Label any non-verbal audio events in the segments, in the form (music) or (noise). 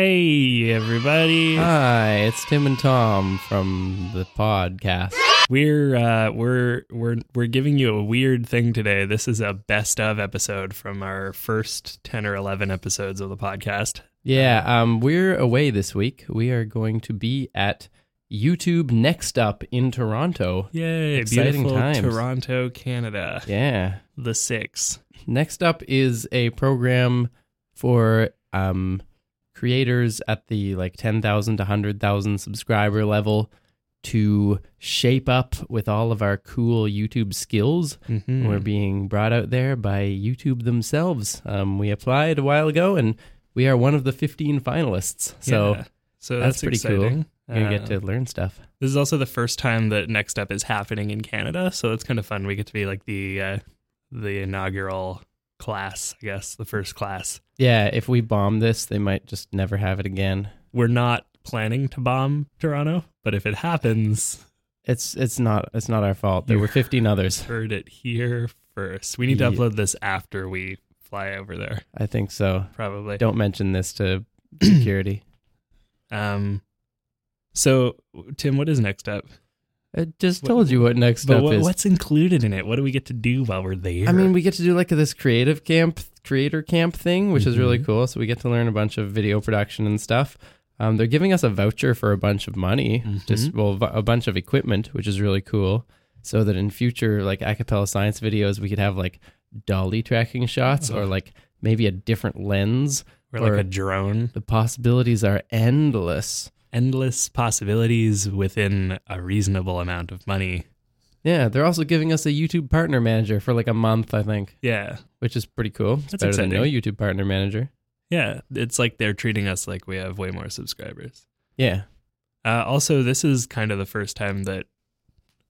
Hey, everybody. Hi, it's Tim and Tom from the podcast. We're uh, we're we're we're giving you a weird thing today. This is a best of episode from our first ten or eleven episodes of the podcast. Yeah, um, we're away this week. We are going to be at YouTube Next Up in Toronto. Yay! Exciting beautiful times. Toronto, Canada. Yeah. The six. Next Up is a program for um, creators at the like 10,000 to 100,000 subscriber level to shape up with all of our cool YouTube skills. Mhm. We're being brought out there by YouTube themselves. Um, we applied a while ago, and we are one of the 15 finalists. So Yeah. so that's that's, pretty cool. exciting. you're gonna get Uh, to learn stuff. This is also the first time that Next Up is happening in Canada, so it's kind of fun. We get to be like the uh, the inaugural class, I guess, the first class. Yeah, if we bomb this, they might just never have it again. we're not planning to bomb Toronto, but if it happens, It's it's not it's not our fault. There You- were 15 others. heard it here first. We need to Ye- upload this after we fly over there, I think so. probably. Don't mention this (clears throat) to security. Um. So, Tim, what is next up? I just What- told you what next But up what, is. what's included in it? What do we get to do while we're there? I mean, we get to do like this creative camp, creator camp thing, which is really Mhm. cool. So we get to learn a bunch of video production and stuff. Um, they're giving us a voucher for a bunch of money, Mm-hmm. just well, v- a bunch of equipment, which is really cool. So that in future, like acapella science videos, we could have like dolly tracking shots or Ugh. like maybe a different lens. we're like or- a drone. The possibilities are endless. Endless possibilities within a reasonable amount of money. Yeah, they're also giving us a YouTube partner manager for like a month, I think, Yeah. which is pretty cool. It's That's better than no exciting. YouTube partner manager. Yeah. It's like they're treating us like we have way more subscribers. Yeah. Uh, also, this is kind of the first time that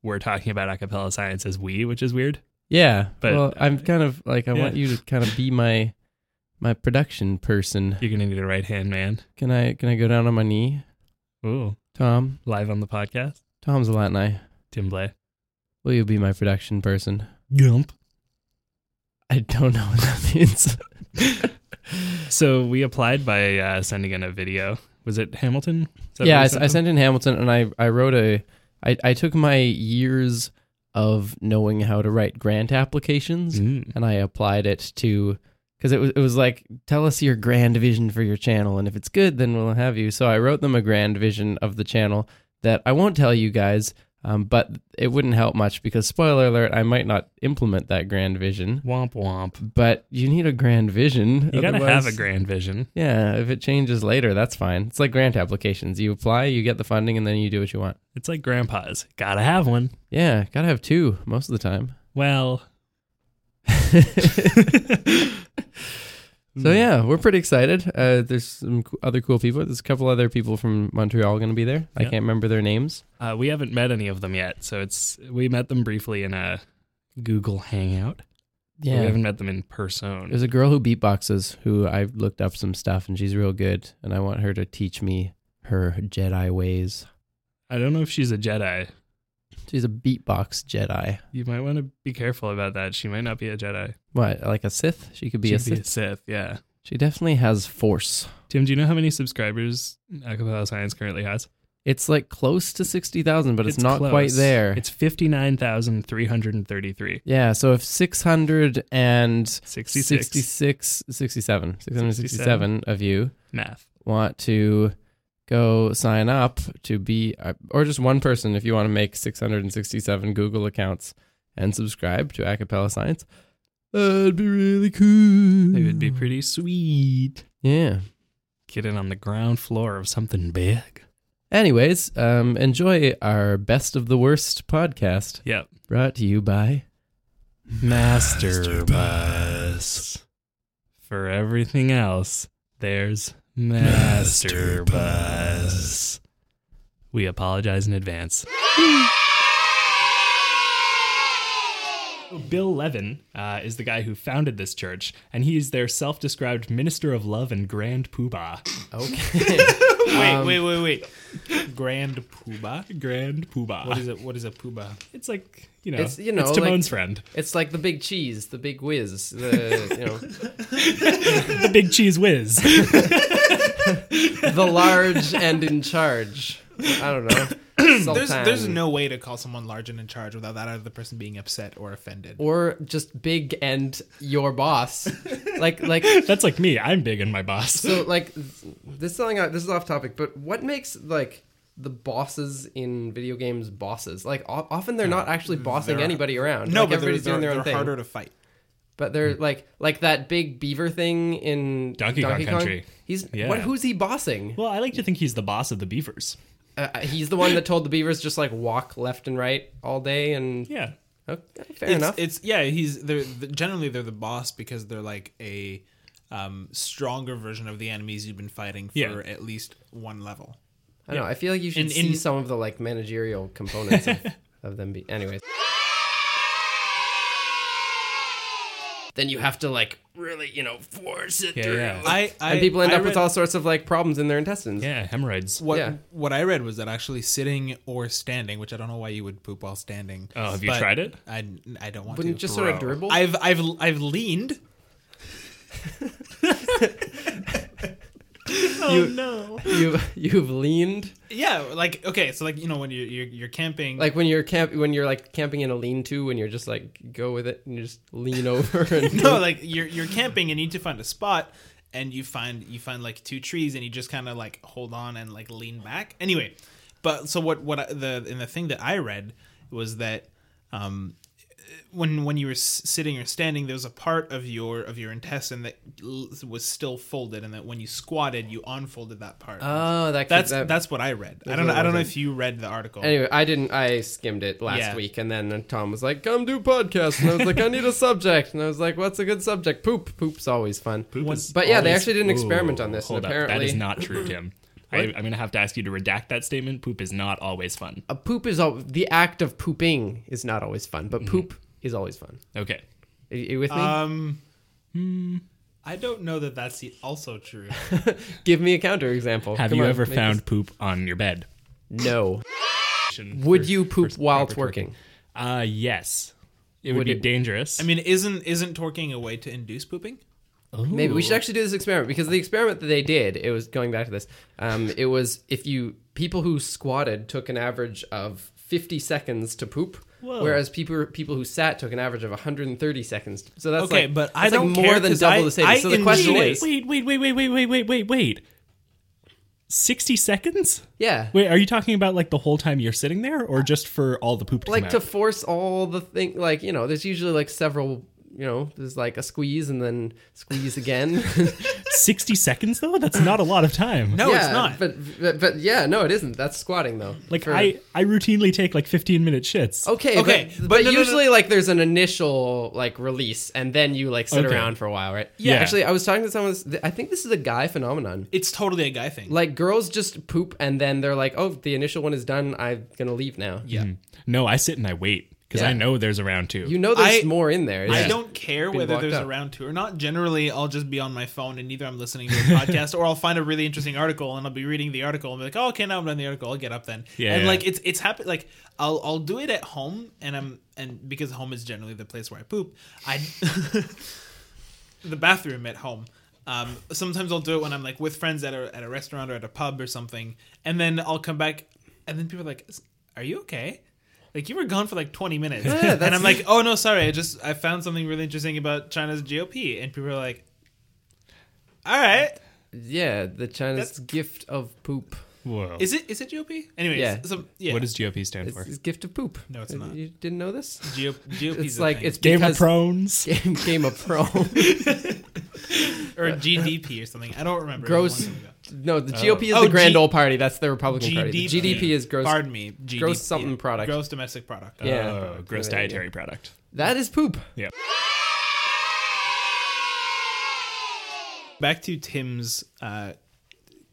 we're talking about acapella science as we, which is weird. Yeah, But- uh, well, I'm kind of like I Yeah. want you to kind of be my my production person. You're gonna need a right hand man. Can I can I go down on my knee, Ooh, Tom? live on the podcast, Tom's a Latin eye. Tim Blay. Will you be my production person? Yump. I don't know what that (laughs) means. (laughs) So we applied by uh, sending in a video. Was it Hamilton? Is that yeah, what I, we s- I them? sent in Hamilton, and I I wrote a I I took my years of knowing how to write grant applications, Mm. and I applied it to because it was it was like tell us your grand vision for your channel, and if it's good, then we'll have you. So I wrote them a grand vision of the channel that I won't tell you guys, um, but it wouldn't help much because spoiler alert, I might not implement that grand vision. Womp womp. But you need a grand vision. You gotta have otherwise- a grand vision. Yeah, if it changes later, that's fine. It's like grant applications. You apply, you get the funding, and then you do what you want. It's like grandpa's. Gotta have one. Yeah, gotta have two most of the time. Well, (laughs) Hmm. So yeah, we're pretty excited. Uh, there's some co- other cool people. There's a couple other people from Montreal going to be there. I Yeah. can't remember their names. uh, we haven't met any of them yet. So it's we met them briefly in a Google Hangout. but we haven't met them in person. there's a girl who beatboxes who I looked up some stuff and she's real good, and I want her to teach me her Jedi ways. I don't know if she's a Jedi. She's a beatbox Jedi. You might want to be careful about that. She might not be a Jedi. What, like a Sith? She could be a She'd Sith. be a Sith. Yeah. She definitely has force. Tim, do you know how many subscribers Acapella Science currently has? It's like close to sixty thousand, but it's, not close. quite there. It's 59,333. yeah, so if six hundred and 66. 66, 67, 67. 667 of you Math. want to go sign up to be, uh, or just one person if you want to make 667 Google accounts and subscribe to Acapella Science, that'd be really cool. It would be pretty sweet. Yeah. Get in on the ground floor of something big. Anyways, um, enjoy our best of the worst podcast Yep. brought to you by. Master Bus. For everything else, there's Master Bus. We apologize in advance. (gasps) Bill Levin uh, is the guy who founded this church, and he is their self described minister of love and grand poobah. Okay. (laughs) Wait, Um, wait, wait, wait. Grand Poobah? Grand poobah. What is it? What is a Poobah? It's like, you know, It's, you know, Timon's like- friend. it's like the big cheese, the big whiz, the, you know. (laughs) The big cheese whiz. the large and in charge. I don't know. (coughs) There's Sultan. there's no way to call someone large and in charge without that other person being upset or offended. or just big and your (laughs) boss. Like like That's like me. I'm big in my boss. so like th- this is something I, this is off topic, but what makes like the bosses in video games bosses? Like o- often they're not actually bossing they're- anybody around. no, like, but everybody's they're, doing their they're own thing. harder to Hmm. fight. But they're like like that big beaver thing in Donkey Kong Country. He's Yeah. what? Who's he bossing? (laughs) Well, I like to think he's the boss of the beavers. Uh, he's the one that told the beavers just like walk left and right all day and Yeah. okay, fair It's, enough. it's yeah. He's they're the, generally they're the boss because they're like a um, stronger version of the enemies you've been fighting for Yeah. at least one level. I don't know. I feel like you should And see in- some of the like managerial (laughs) components of, of them. Be- Anyways, then you have to like really, you know, force it Yeah, through, yeah. I, I and people end I up with read- all sorts of like problems in their intestines. Yeah, hemorrhoids. What Yeah. what I read was that actually sitting or standing, which I don't know why you would poop while standing. Oh, have you but tried it? I, I don't want Wouldn't to. just sort of bro. dribble. I've I've I've leaned. Oh no. you (laughs) you've leaned Yeah, like okay, so like you know when you're you're, you're camping, like when you're camp when you're like camping in a lean-to and you're just like go with it and you just lean over and (laughs) (laughs) (laughs) no, like you're you're camping and you need to find a spot, and you find you find like two trees and you just kind of like hold on and like lean back. Anyway, but so what what I, the in the thing that I read was that um when when you were s- sitting or standing there was a part of your of your intestine that l- was still folded and that when you squatted you unfolded that part. oh that that's that, that's what I read. I that's don't know, what it I don't know was. if you read the article. Anyway, I didn't. I skimmed it last Yeah. week, and then Tom was like, "Come do podcast," and I was like, "I need a subject," and I was like, "What's a good subject?" Poop. Poop's always fun. is but yeah, they always- actually did an experiment on this, and Hold up. That is apparently, not true, (laughs) Tim. I, I'm going to have to ask you to redact that statement. Poop is not always fun. a poop is all the act of pooping is not always fun, but Mm-hmm. poop is always fun. Okay. Are you with me? Um I don't know that that's the- also true. Give me a counter example. Have you ever found poop on your bed? (laughs) no? Would you poop while twerking? Uh, yes. It would, Would be it- dangerous. I mean, isn't isn't twerking a way to induce pooping? Maybe we should actually do this experiment because the experiment that they did, it was going back to this. Um, it was if you people who squatted took an average of 50 seconds to poop, whereas people people who sat took an average of 130 seconds. So that's Okay, like, but I that's like don't more care than 'cause double I- the savings. I So the question enjoy- is, Wait, wait, wait, wait, wait, wait, wait, wait, wait. 60 seconds? yeah, Wait, are you talking about like the whole time you're sitting there or just for all the poop to like come to out? force all the thing. Like you know, there's usually like several. You know, there's like a squeeze and then squeeze again. (laughs) 60 seconds though? That's not a lot of time. No, yeah, it's not. But, but but yeah, no, it isn't. That's squatting though. Like For- I, I routinely take like 15 minute shits. Okay, Okay, but, but but no, no, no. usually like there's an initial like release, and then you like sit Okay. around for a while, right? Yeah. Actually, I was talking to someone. I think this is a guy phenomenon. it's totally a guy thing. Like girls just poop, and then they're like, "Oh, the initial one is done. I'm gonna leave now." yeah. Hmm. No, I sit and I wait because Yeah. I know there's around two. You know, there's I- more in there. It's I just- don't care whether blocked there's out. a round two or not. Generally, I'll just be on my phone and either I'm (laughs) listening to a podcast or I'll find a really interesting article and I'll be reading the article and be like, oh, okay, now I'm done the article. I'll get up then. Yeah, And yeah. like it's it's happened. Like I'll I'll do it at home and I'm and because home is generally the place where I poop. I the bathroom at home. Um, sometimes I'll do it when I'm like with friends at a at a restaurant or at a pub or something, and then I'll come back, and then people are like, "Is- "Are you okay?" Like you were gone for like 20 (laughs) minutes, and I'm like, "Oh no, sorry, I just I found something really interesting about China's GOP," and people are like, "All right, yeah, the China's That's- gift of poop. Whoa. is it is it GOP?" Anyways, Yeah. so- yeah. What does GOP stand It's, for? it's gift of poop. No, it's not. You didn't know this? GOP? GOP It's like it's Game because of Thrones. (laughs) Game, Game of (laughs) Pro. or GDP or something. I don't remember. It was gross. long ago. No, the GOP is Oh, the Grand G- Old Party. That's the Republican Party. The GDP. GDP is gross. Pardon me. GDP. gross something product. Gross domestic product. Yeah. Oh, gross Yeah, yeah, yeah. dietary product. That is poop. Yeah. back to Tim's uh,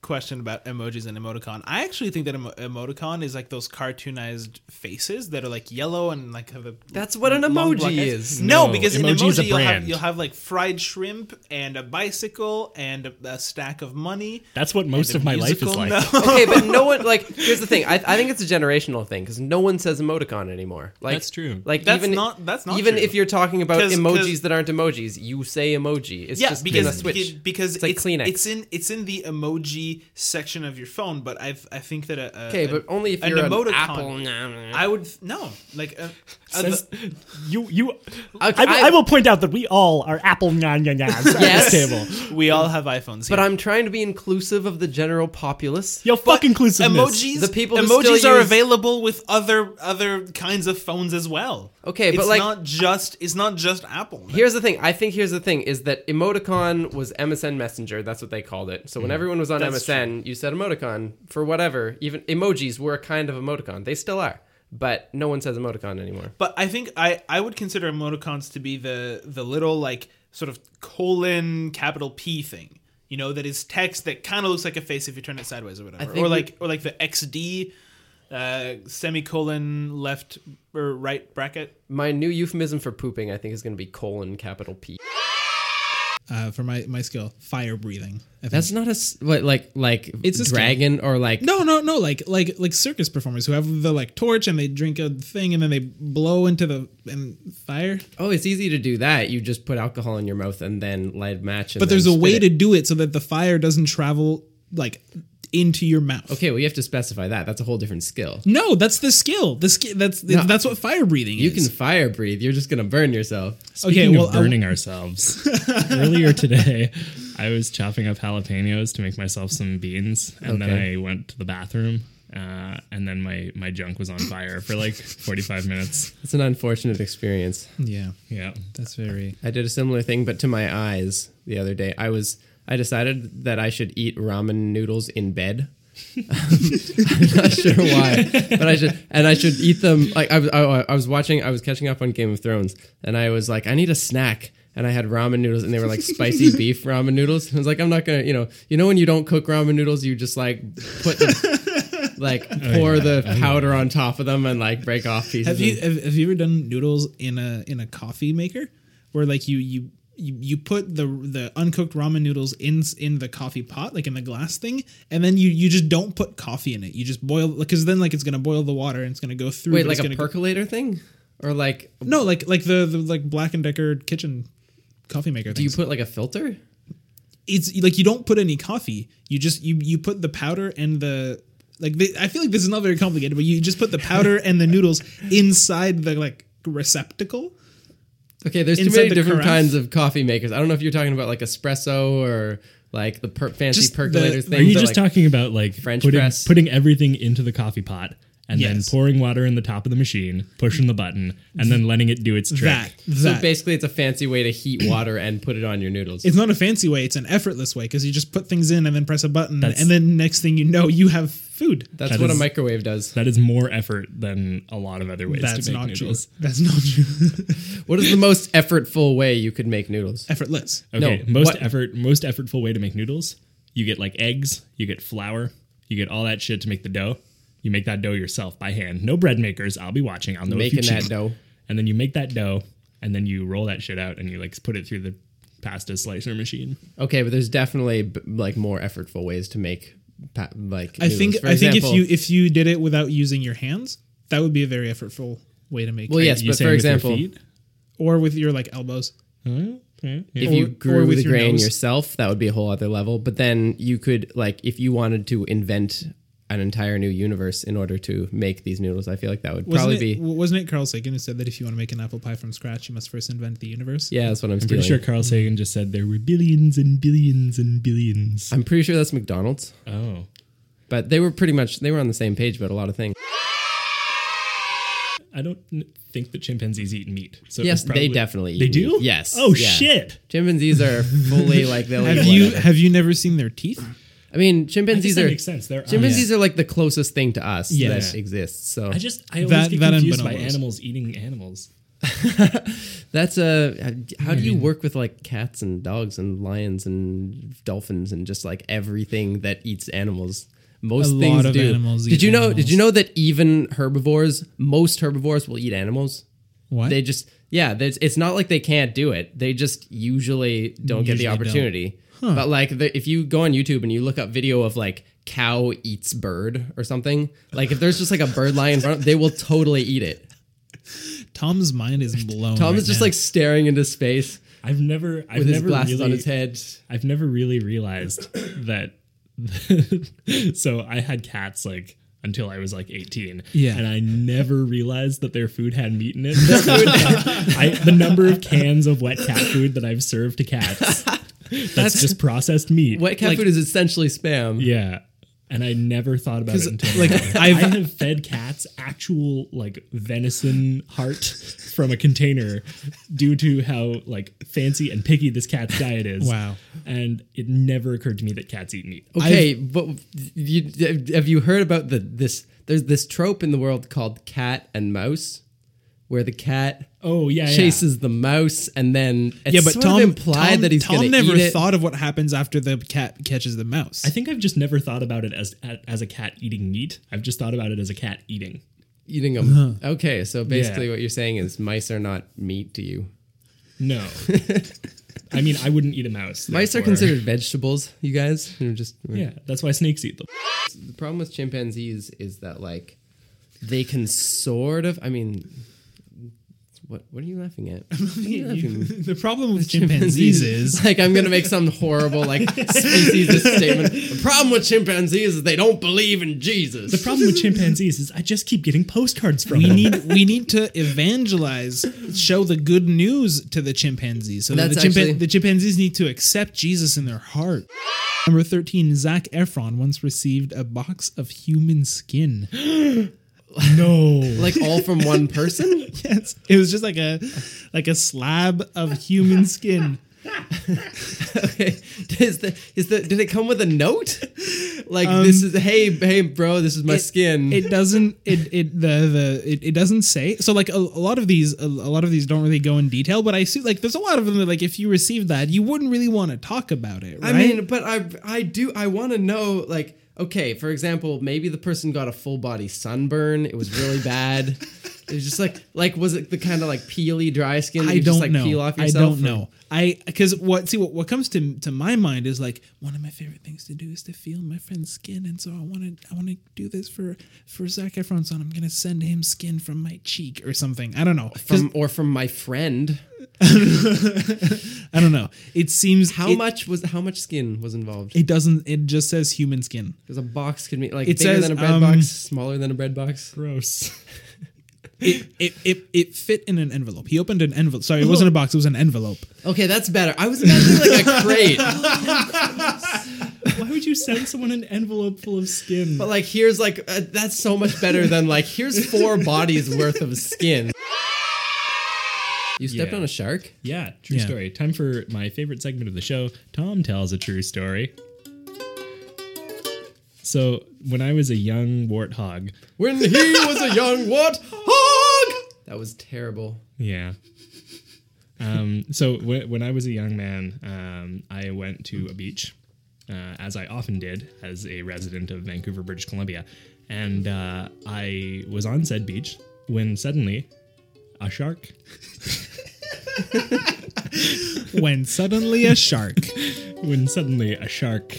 question about emojis and emoticon. I actually think that emo- emoticon is like those cartoonized faces that are like yellow and like have a. That's what an long emoji black eyes. is. No, No, because in emoji is a emoji you'll have, brand. you'll have like fried shrimp and a bicycle and a, a stack of money. That's what most and of a my life is musical like. note. okay, but no one like. Here's the thing. I, I think it's a generational thing because no one says emoticon anymore. Like That's true. Like That's even not- that's not even true. if you're talking about 'Cause- emojis 'cause- that aren't emojis, you say emoji. It's (laughs) yeah, just been because a switch. because it's, like Kleenex. it's in it's in the emoji key section of your phone, but I I think that a, a Okay, a- but only if an you're emoticon. an Apple. Nah, nah, nah. I would no like uh, uh, Says- the- you you. Okay, I, will- I- I will point out that we all are Apple nyan nyan nyans at Yes. this table. we all have iPhones. But here. I'm trying to be inclusive of the general populace. Yo, fuck inclusiveness. emojis. The people who emojis still are use- available with other other kinds of phones as well. Okay, but it's like- not just it's not just Apple. Here's the thing. I think here's the thing is that emoticon was MSN Messenger. That's what they called it. Mm. So when everyone was on That's MSN, you said emoticon for whatever. Even emojis were a kind of emoticon. They still are, but no one says emoticon anymore. But I think I I would consider emoticons to be the the little like sort of colon capital P thing. You know, that is text that kind of looks like a face if you turn it sideways or whatever, think or we- like or like the XD uh, semicolon left or right bracket. My new euphemism for pooping, I think, is going to be colon capital P. uh, for my my skill, fire breathing. I think. That's not a s- what, like like It's a skill. dragon or like no, no, no. Like like like circus performers who have the like torch and they drink a thing and then they blow into the and fire. oh, it's easy to do that. You just put alcohol in your mouth and then light a match. And But there's a way to do it so that the fire doesn't travel like into your mouth. Okay, well you have to specify that. That's a whole different skill. No, that's the skill. The skill. That's that's what fire breathing You is. can fire breathe. You're just gonna burn yourself. Okay, Speaking well, of I- burning (laughs) ourselves, earlier today, I was chopping up jalapenos to make myself some beans, and Okay. then I went to the bathroom, uh, and then my my junk was on fire for like forty five minutes. It's an unfortunate experience. Yeah, Yeah, that's very. I did a similar thing, but to my eyes the other day. I was I decided that I should eat ramen noodles in bed. (laughs) I'm not sure why, but I should and I should eat them. Like I was, I, I was watching, I was catching up on Game of Thrones, and I was like, I need a snack. And I had ramen noodles, and they were like (laughs) spicy beef ramen noodles. And I was like, I'm not gonna, you know, you know when you don't cook ramen noodles, you just like put the, (laughs) like Oh, pour the powder on top of them and like break off pieces. Have and- you have, have you ever done noodles in a in a coffee maker where like you you you, you put the the uncooked ramen noodles in in the coffee pot like in the glass thing and then you you just don't put coffee in it you just boil because then like it's gonna boil the water and it's gonna go through wait, but like it's a gonna go- percolator thing, or like no like like the, the like black and decker kitchen coffee maker do you things. put like a filter? it's like you don't put any coffee you just you you put the powder and the like they, i feel like this is not very complicated but you just put (laughs) the powder and the noodles inside the like receptacle Okay, there's too Inside many the different carafe? kinds of coffee makers. I don't know if you're talking about like espresso or like the per- fancy Just the- percolator are thing. are you that, just like- talking about like French putting press? putting everything into the coffee pot? And then Yes. pouring water in the top of the machine, pushing the button, and then letting it do its trick. that So that basically, it's a fancy way to (coughs) heat water and put it on your noodles. it's not a fancy way it's an effortless way because you just put things in and then press a button That's- and then next thing you know you have food That's that what a is- microwave does. That is more effort than a lot of other ways that's to make not true noodles. that's not true (laughs) What is the most effortful way you could make noodles? effortless Okay, No, most what- effort, most effortful way to make noodles. You get like eggs, you get flour, you get all that shit to make the dough. You make that dough yourself by hand. No bread makers. I'll be watching. I'll know Making if you that cheat. dough. And then you make that dough, and then you roll that shit out, and you like put it through the pasta slicer machine. Okay, but there's definitely b- like more effortful ways to make pa- like. i noodles. think For i think if example- you if you did it without using your hands that would be a very effortful way to make well, it. yes, You but saying for with your example, feet? or with your like elbows Yeah, yeah. if you Or- or grew with the your grain nose. yourself, that would be a whole other level. But then you could like if you wanted to invent an entire new universe in order to make these noodles, I feel like that would Wasn't probably it, be w- wasn't it Carl Sagan who said that if you want to make an apple pie from scratch, you must first invent the universe? yeah, that's what I'm I'm pretty stealing. sure Carl Sagan just said there were billions and billions and billions. I'm pretty sure that's McDonald's. Oh, But they were pretty much they were on the same page about a lot of things. I don't n- think that chimpanzees eat meat. So it Yes, was they probably- definitely eat They do. meat. Yes. Oh yeah. shit. Chimpanzees (laughs) are fully like they'll Have eat you whatever. have you never seen their teeth? I mean, I guess chimpanzees that are makes sense. They're oh, chimpanzees are like the closest thing to us Yes. that exists. So I just I always That- get that and confused by bonobos. animals eating animals. That's a. How do you work with like cats and dogs and lions and dolphins and just like everything that eats animals? Most A lot things of do. animals did eat you know? Did animals. you know that even herbivores, most herbivores will eat animals? What? They just yeah. there's- It's not like they can't do it. They just usually don't get Usually the don't. opportunity. But like the, if you go on YouTube and you look up video of like cow eats bird or something, like if there's just like a bird lying in front, of- they will totally eat (laughs) it. Tom's mind is (laughs) blown. Tom right is just now. like staring into space I've never I've with his never glasses really on his head. I've never really realized (coughs) that (laughs) so I had cats like until I was like 18. Yeah. And I never realized that their food had meat in it. Their food- I, the number of cans of wet cat food that I've served to cats. That's, just processed meat. Wet cat Like- food is essentially spam. Yeah. And I never thought about it 'Cause, until like, like I've, (laughs) I've- fed cats actual like venison heart from a container due to how like fancy and picky this cat's diet is. Wow. And it never occurred to me that cats eat meat. Okay, but you, have you heard about the this? There's this trope in the world called cat and mouse, where the cat Oh yeah, yeah. chases the mouse and then it's yeah, but sort Tom of implied Tom- that he's Tom going to never eat it. thought of what happens after the cat catches the mouse. I think I've just never thought about it as as a cat eating meat. I've just thought about it as a cat eating. eating them. Okay, so basically Yeah. what you're saying is mice are not meat to you. No, I mean I wouldn't eat a mouse. Mice are therefore. considered vegetables, you guys. They're just Yeah, that's why snakes eat them. The problem with chimpanzees is that like they can sort of I mean what what are you laughing at? What are you laughing at? the problem with chimpanzees is (laughs) like I'm gonna make some horrible like speciesist statement. The problem with chimpanzees is they don't believe in (laughs) Jesus. The problem with chimpanzees is I just keep getting postcards from we them. need we need to evangelize, show the good news to the chimpanzees. So that the, That's chimpan- actually- the chimpanzees need to accept Jesus in their heart. Number thirteen, Zach Efron once received a box of human skin. (gasps) no. like all from one person? Yes, it was just like a like a slab of human skin. Okay. Is the is the did it come with a note? Like this is hey hey bro, this is my it- skin. It doesn't. It it the the it, it doesn't say. So like a, a lot of these a, a lot of these don't really go in detail. But I see like there's a lot of them that like if you received that you wouldn't really want to talk about it. I Right? mean, but I I do I want to know like okay, for example, maybe the person got a full body sunburn. It was really (laughs) bad. It was just like like was it the kind of like peely dry skin that I you don't just like know. peel off I yourself? don't know. I because what see what, what comes to to my mind is like one of my favorite things to do is to feel my friend's skin, and so I want to I want to do this for for Zac Efron's son. I'm gonna send him skin from my cheek or something. I don't know. 'Cause- From, or from my friend. I don't know. It seems How it- much was how much skin was involved? it doesn't. It just says human skin. Because a box could be like It bigger says, than a bread um, box, smaller than a bread box. Gross. it, it, it, it fit in an envelope. He opened an envelope. Sorry, it wasn't a box. It was an envelope. Okay, that's better. I was imagining like (laughs) a crate, Why would you send someone an envelope full of skin? but like here's like uh, that's so much better than like here's four bodies worth of skin. You stepped Yeah. on a shark. Yeah, true Yeah. story. Time for my favorite segment of the show. Tom tells a true story. So when I was a young warthog, when he was a young warthog. That was terrible. Yeah. Um, so w- when I was a young man, um, I went to a beach, uh, as I often did as a resident of Vancouver, British Columbia, and uh, I was on said beach when suddenly a shark When suddenly a shark. when suddenly a shark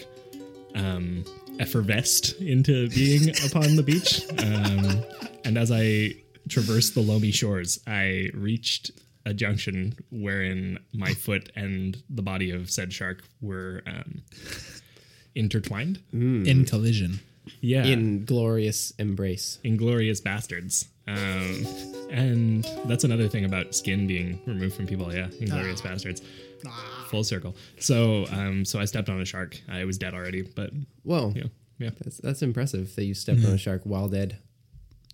um, effervesced into being upon the beach. Um, and as I traversed the loamy shores, I reached a junction wherein my foot and the body of said shark were um, intertwined. Hmm. In collision. Yeah. In glorious embrace. Inglorious Bastards. Um, and that's another thing about skin being removed from people. Yeah, Inglorious Bastards. Full circle. So, um, so I stepped on a shark. I was dead already, but Whoa. yeah, yeah. That's, that's impressive that you stepped on a shark while dead.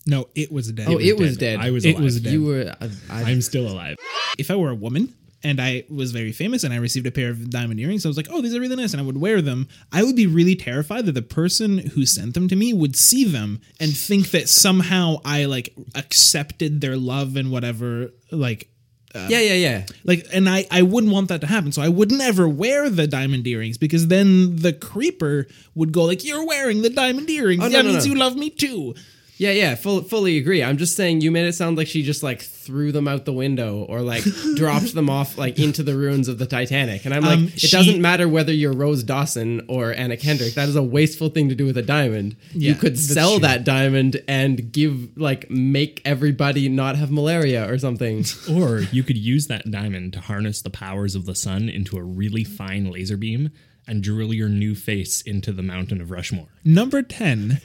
No, it was dead. Oh, it was dead. I was. It alive. was dead. You were. I, I, I'm still alive. if I were a woman and I was very famous and I received a pair of diamond earrings, I was like, oh, these are really nice, and I would wear them. I would be really terrified that the person who sent them to me would see them and think that somehow I like accepted their love and whatever, like yeah, yeah, yeah. Like, and I, I wouldn't want that to happen. So I wouldn't ever wear the diamond earrings because then the creeper would go like, "You're wearing the diamond earrings. Oh, no, that no, means no. you love me too." Yeah, yeah, full, fully agree. I'm just saying you made it sound like she just like threw them out the window or like (laughs) dropped them off like into the ruins of the Titanic. And I'm like, Um, it she- doesn't matter whether you're Rose Dawson or Anna Kendrick. That is a wasteful thing to do with a diamond. you Yeah, could that's sell true. that diamond and give like make everybody not have malaria or (laughs) something. Or you could use that diamond to harness the powers of the sun into a really fine laser beam, and drill your new face into the mountain of Rushmore. (laughs) Number (laughs) 10.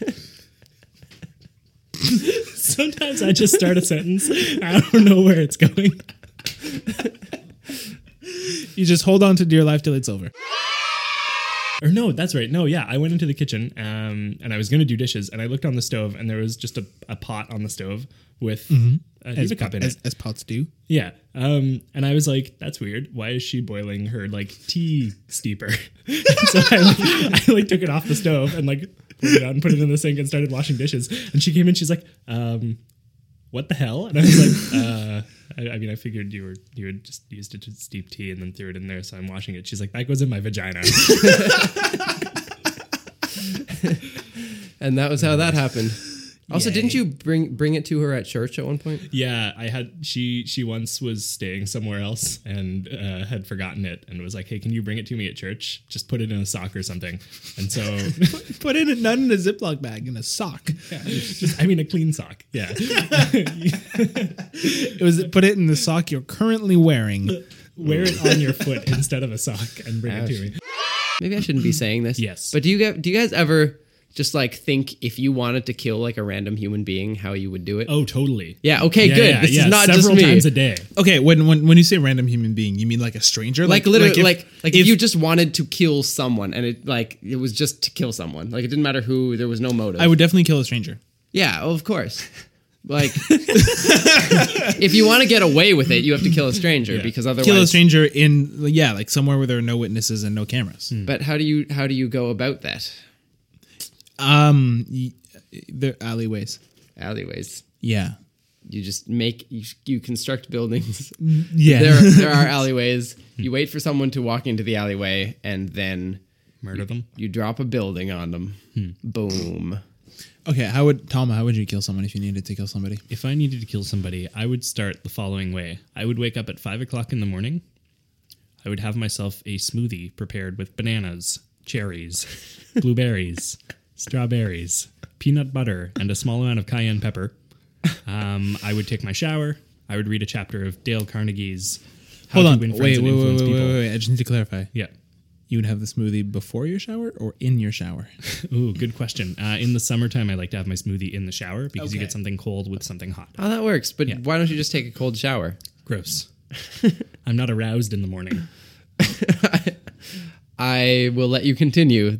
Sometimes I just start a sentence. I don't know where it's going. You just hold on to dear life till it's over. Or no, that's right. No, yeah, I went into the kitchen um, and I was going to do dishes, and I looked on the stove, and there was just a, a pot on the stove with a Diva cup in Mm-hmm. as, it. as pots do. (laughs) Yeah, um, and I was like, "That's weird. Why is she boiling her like tea steeper?" (laughs) And so I like, I like took it off the stove and like pulled it out and put it in the sink and started washing dishes. And she came in, she's like, um, "What the hell?" And I was like, (laughs) uh, I, "I mean, I figured you were you had just used it to steep tea and then threw it in there, so I'm washing it." She's like, "That goes in my vagina." (laughs) And that was how that happened. Also, didn't you bring bring it to her at church at one point? Yeah, I had she she once was staying somewhere else and uh, had forgotten it and was like, "Hey, can you bring it to me at church? Just put it in a sock or something." And so, (laughs) Put in a nun in a Ziploc bag in a sock. (laughs) I mean, a clean sock. (laughs) Yeah, It was put it in the sock you're currently wearing. wear it on your foot instead of a sock and bring it to me. Maybe I shouldn't be saying this. Yes. But do you get, do you guys ever just like think if you wanted to kill like a random human being, how you would do it? Oh, totally. Yeah. Okay. good. this is not several just me. times a day. Okay, when, when when you say random human being, you mean like a stranger? like, literally, if- like like if, you just wanted to kill someone, and it like it was just to kill someone. Like it didn't matter who. There was no motive. I would definitely kill a stranger. yeah. Of course. Like, if you want to get away with it, you have to kill a stranger because otherwise, Kill a stranger in yeah, like somewhere where there are no witnesses and no cameras. But how do you how do you go about that? Um, y- they're alleyways. Alleyways. Yeah, You just make you, you construct buildings. yeah. There (laughs) there (laughs) are alleyways. You wait for someone to walk into the alleyway, and then Murder them. you drop a building on them. Boom. okay, how would Tom? How would you kill someone if you needed to kill somebody? If I needed to kill somebody, I would start the following way. I would wake up at five o'clock in the morning. I would have myself a smoothie prepared with bananas, (laughs) cherries, blueberries, strawberries, peanut butter, and a small amount of cayenne pepper. Um, I would take my shower. I would read a chapter of Dale Carnegie's How Hold to on, Win wait, Friends wait, and wait, wait, Influence wait, People. wait, wait. I just need to clarify. Yeah. You would have the smoothie before your shower or in your shower? Ooh, good question. Uh, in the summertime, I like to have my smoothie in the shower because you Okay. get something cold with something hot. Oh, that works. But why don't you just take a cold shower? (laughs) Gross. I'm not aroused in the morning. I will let you continue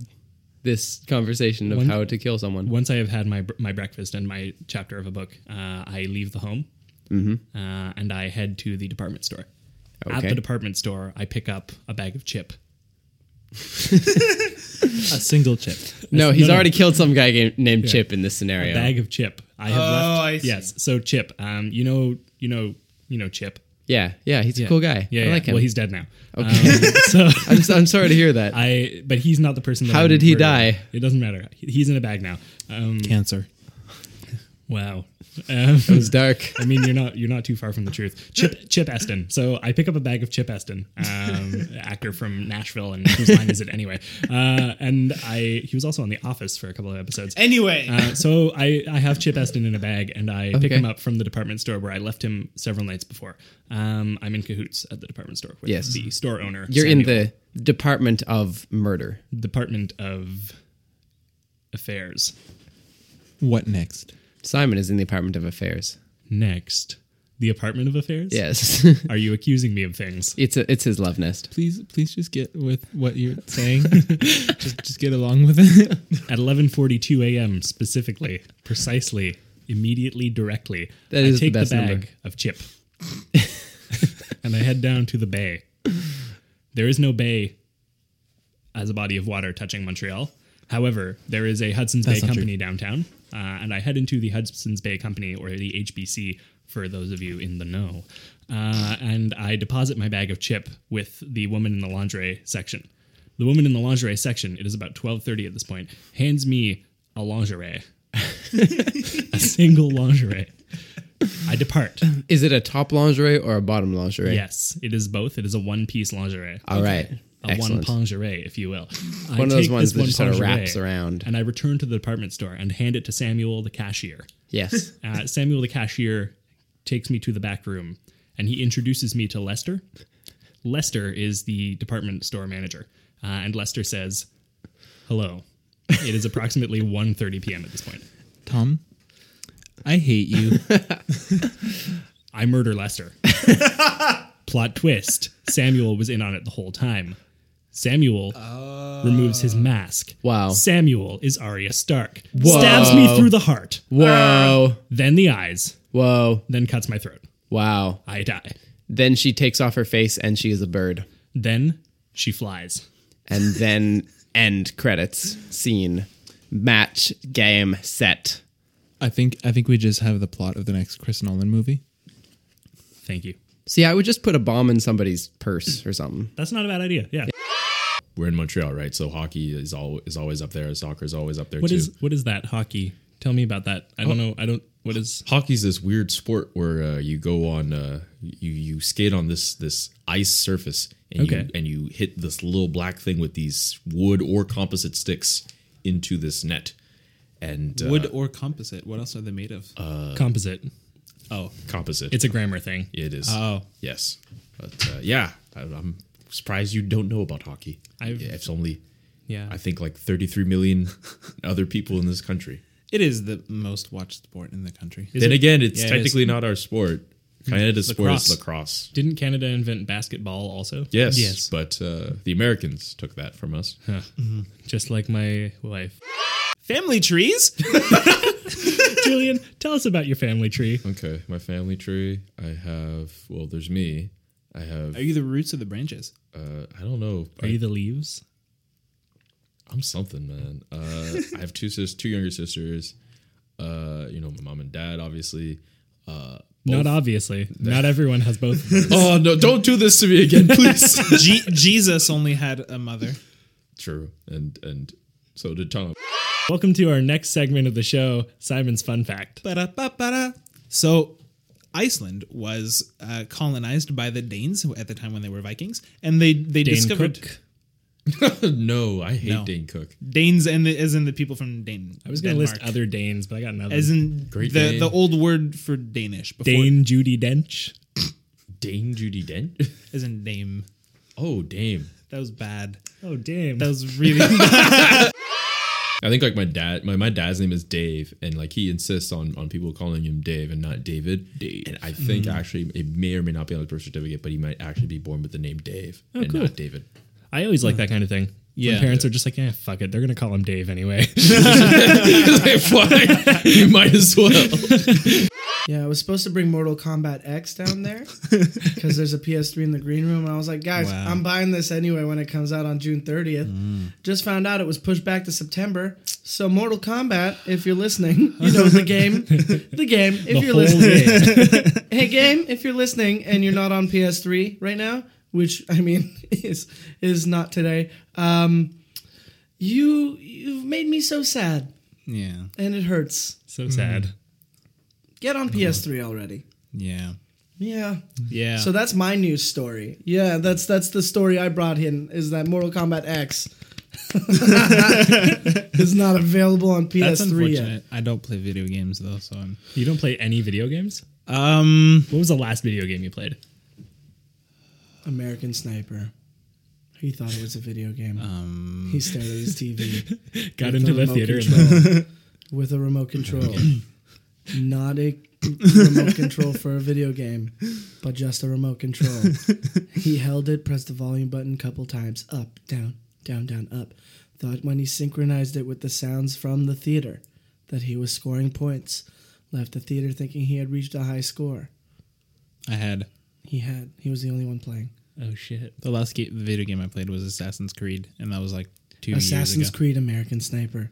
this conversation of One- how to kill someone. Once I have had my br- my breakfast and my chapter of a book, uh, I leave the home uh, and I head to the department store. At Mm-hmm. Okay. the department store, I pick up a bag of (laughs) chip. a single chip. no, he's no, no. already killed some guy ga- named Chip in this scenario. Bag of chip. I Oh, have left. I see. Yes. So chip. Um, you know, you know, you know, chip. yeah, yeah, he's a cool guy. Yeah. I yeah. like him. Well, he's dead now. Okay. Um, (laughs) so. (laughs) I'm, s- I'm sorry to hear that. I, but he's not the person. That How I'm did he murdering. die? It doesn't matter. He- He's in a bag now. Um, Cancer. Wow. (laughs) Um, it was dark. I mean, you're not you're not too far from the truth. Chip Chip Eston. So I pick up a bag of Chip Eston, um, actor from Nashville, and whose line is it anyway? Uh, and I he was also on The Office for a couple of episodes. Anyway, Uh, so I, I have Chip Eston in a bag, and I pick Okay. him up from the department store where I left him several nights before. Um, I'm in cahoots at the department store with Yes. the store owner. You're in Samuel. the Department of Murder. Department of Affairs. What next? Simon is in the Department of Affairs. Next, the Apartment of Affairs. Yes, (laughs) Are you accusing me of things? it's a, it's his love nest. Please, please just get with what (laughs) you're saying. just, just get along with it. (laughs) at 11:42 a.m. specifically, precisely, immediately, directly. That I is the take best bag number. of chip, (laughs) and I head down to the bay. There is no bay as a body of water touching Montreal. However, there is a Hudson's Bay not true. Company downtown, uh, and I head into the Hudson's Bay Company or the HBC for those of you in the know. Uh, and I deposit my bag of chip with the woman in the lingerie section. The woman in the lingerie section, it is about 12:30 at this point, hands me a lingerie. (laughs) a single lingerie. I depart. Is it a top lingerie or a bottom lingerie? Yes, it is both. It is a one-piece lingerie All right. a Excellent. one lingerie, if you will. I One of those take this ones that one just sort of lingerie wraps around. And I return to the department store and hand it to Samuel, the cashier. (laughs) Yes. Uh, Samuel, the cashier, takes me to the back room and he introduces me to Lester. Lester is the department store manager. Uh, and Lester says, "Hello." It is approximately (laughs) 1.30 p.m. at this point. Tom, I hate (laughs) you. I murder Lester. Plot twist: Samuel was in on it the whole time. Samuel removes his mask. Wow. Samuel is Arya Stark. Stabs me through the heart, Whoa. then the eyes, Whoa. then cuts my throat. Wow. I die. Then she takes off her face and she is a bird. Then she flies. (laughs) And then end credits scene. Match game set. I think I think we just have the plot of the next Chris Nolan movie. Thank you. See, I would just put a bomb in somebody's purse or something. That's not a bad idea. Yeah. We're in Montreal, right? So hockey is all is always up there. Soccer is always up there What too. is what is that hockey? Tell me about that. I don't know. I don't. What is? hockey's this weird sport where uh, you go on uh, you you skate on this this ice surface and you Okay. and you hit this little black thing with these wood or composite sticks into this net and uh, Wood or composite? What else are they made of? composite. oh, composite It's a grammar thing. it is oh, yes but uh, yeah I, I'm surprised you don't know about hockey I've- Yeah, it's only Yeah. I think like 33 million (laughs) other people in this country it is the most watched sport in the country. then again it's Yeah, it is. technically not our sport Canada's sport is Lacrosse. lacrosse Didn't Canada invent basketball also? Yes, Yes. but uh, the Americans took that from us. Just like my wife. Family trees? Julian, tell us about your family tree. Okay, my family tree. I have well, there's me. I have. Are you the roots of the branches? uh, I don't know. Are I, you the leaves? I'm something, man. Uh, I have two sis, two younger sisters. Uh, you know, my mom and dad, obviously. Uh, Not obviously. Not everyone has both. of those. oh no! Don't do this to me again, please. Je- Jesus only had a mother. (laughs) True, and and so did Tom. (laughs) Welcome to our next segment of the show, Simon's Fun Fact. Ba-da-ba-ba-da. So Iceland was uh, colonized by the Danes who- at the time when they were Vikings, and they they Dane discovered Cook. no, I hate No. Dane Cook. Danes and the, as in the people from Dane. I was going to list other Danes, but I got another. as in Great the Dane. the old word for Danish before Dane Judy Dench. Dane Judy Dent. (laughs) as in name. oh, Dame. That was bad. Oh, damn. That was really I think like my dad, my, my dad's name is Dave, and like he insists on on people calling him Dave and not David. Dave. And I think Mm. actually it may or may not be on his birth certificate, but he might actually be born with the name Dave and Oh, cool. not David. (laughs) I always like that kind of thing. Yeah. Yeah. When parents are just like, eh, fuck it. They're going to call him Dave anyway. It's like, fuck, you might as well. Yeah, I was supposed to bring Mortal Kombat X down (laughs) there because there's a PS3 in the green room. And I was like, guys, I'm buying this anyway when it comes out on June 30th. Just found out it was pushed back to September. So, Mortal Kombat, if you're listening, you know the game. The game, if you're listening. (laughs) Hey, game, if you're listening and you're not on PS3 right now, which I mean (laughs) is is not today, um, you you've made me so sad Yeah, and it hurts. so sad. Get on PS3 already. yeah, Yeah. yeah. So that's my news story. Yeah, that's that's the story I brought in is that Mortal Kombat X (laughs) is not available on PS3 that's yet. unfortunate. I don't play video games though, so I'm. You don't play any video games? Um, What was the last video game you played? American Sniper. He thought it was a video game. he stared at (laughs) his TV Um, Got With into a the remote theater. And, control. (laughs) with a remote control. Not a (laughs) remote control for a video game, but just a remote control. (laughs) he held it, pressed the volume button a couple times, up, down, down, down, up. Thought when he synchronized it with the sounds from the theater that he was scoring points. Left the theater thinking he had reached a high score. I had He had. He was the only one playing. oh, shit. the last ga- the video game I played was Assassin's Creed, and that was like two years Assassin's ago. Creed American (laughs) Sniper.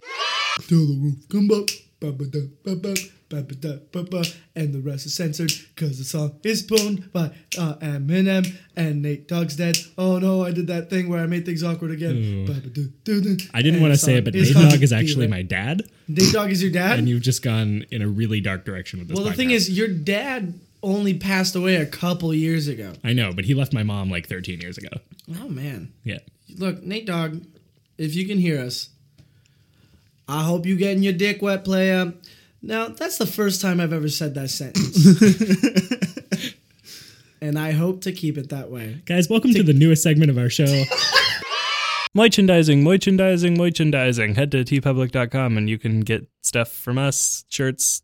To the roof, come up, ba-ba-da, ba-ba, ba-ba-da, ba-ba. and the rest is censored because the song is pwned by uh, Eminem and Nate Dogg's dead. Oh no, I did that thing where I made things awkward again. Ba-ba-da, doo-doo. Hmm. I didn't And want the to say song it, but Nate called Dogg is actually Feeling. my dad. Nate Dogg is your dad. And you've just gone in a really dark direction with this well, the thing podcast. is, your dad only passed away a couple years ago. I know, but he left my mom like 13 years ago. Oh man, Yeah. look, Nate Dogg, if you can hear us, I hope you getting your dick wet, playa. Now that's the first time I've ever said that sentence, and I hope to keep it that way. Guys, welcome to the newest segment of our show. (laughs) merchandising, merchandising, merchandising. Head to tpublic.com and you can get stuff from us, shirts,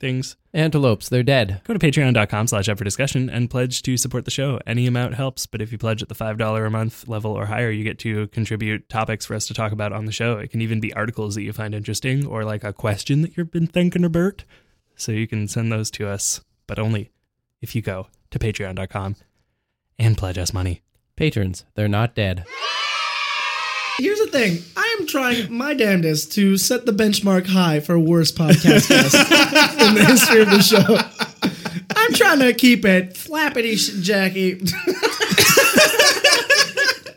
things. Antelopes, they're dead. Go to patreon.com slash up for discussion and pledge to support the show. Any amount helps, but if you pledge at the $5 a month level or higher, you get to contribute topics for us to talk about on the show. It can even be articles that you find interesting or like a question that you've been thinking about. So you can send those to us, but only if you go to patreon.com and pledge us money. Patrons, they're not dead. Here's the thing. I am trying my damnedest to set the benchmark high for worst podcast guest in the history of the show. I'm trying to keep it flappity sh- Jackie.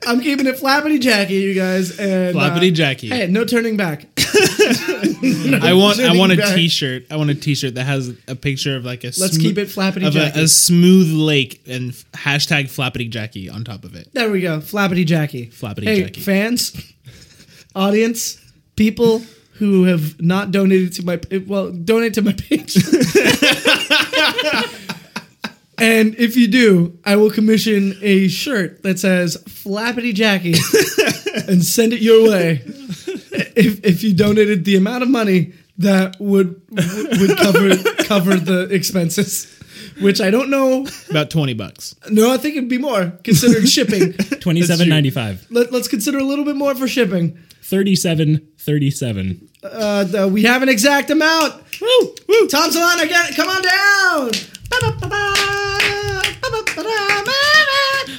I'm keeping it flappity Jackie, you guys. And, uh, Flappity Jackie. Hey, no turning back. I want I want a back. t-shirt. I want a t-shirt that has a picture of like a Let's keep it flappity of a, Jackie. a smooth lake and f- hashtag flappity Jackie on top of it. There we go. Flappity Jackie. Flappity hey, Jackie. Fans, (laughs) audience, people who have not donated to my well, donate to my page. (laughs) and if you do, I will commission a shirt that says Flappity (laughs) Jackie and send it your way. If if you donated the amount of money that would would cover cover the expenses. Which I don't know. About 20 bucks. No, I think it'd be more (laughs) considering shipping. Twenty-seven ninety-five. Let, let's consider a little bit more for shipping. Thirty-seven thirty-seven. Uh, the, we have an exact amount. Woo! Woo! Tom Solana, get it. Come on down.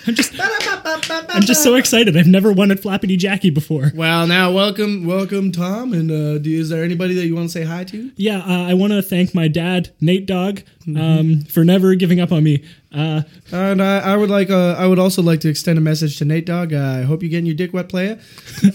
I'm just, I'm just so excited. I've never won at Flappity Jackie before. Well, now welcome, welcome, Tom. And uh, do, is there anybody that you want to say hi to? Yeah, uh, I want to thank my dad, Nate Dog, Mm-hmm. um, for never giving up on me. Uh, And I, I would like, uh, I would also like to extend a message to Nate Dog. Uh, I hope you're getting your dick (laughs) wet, player.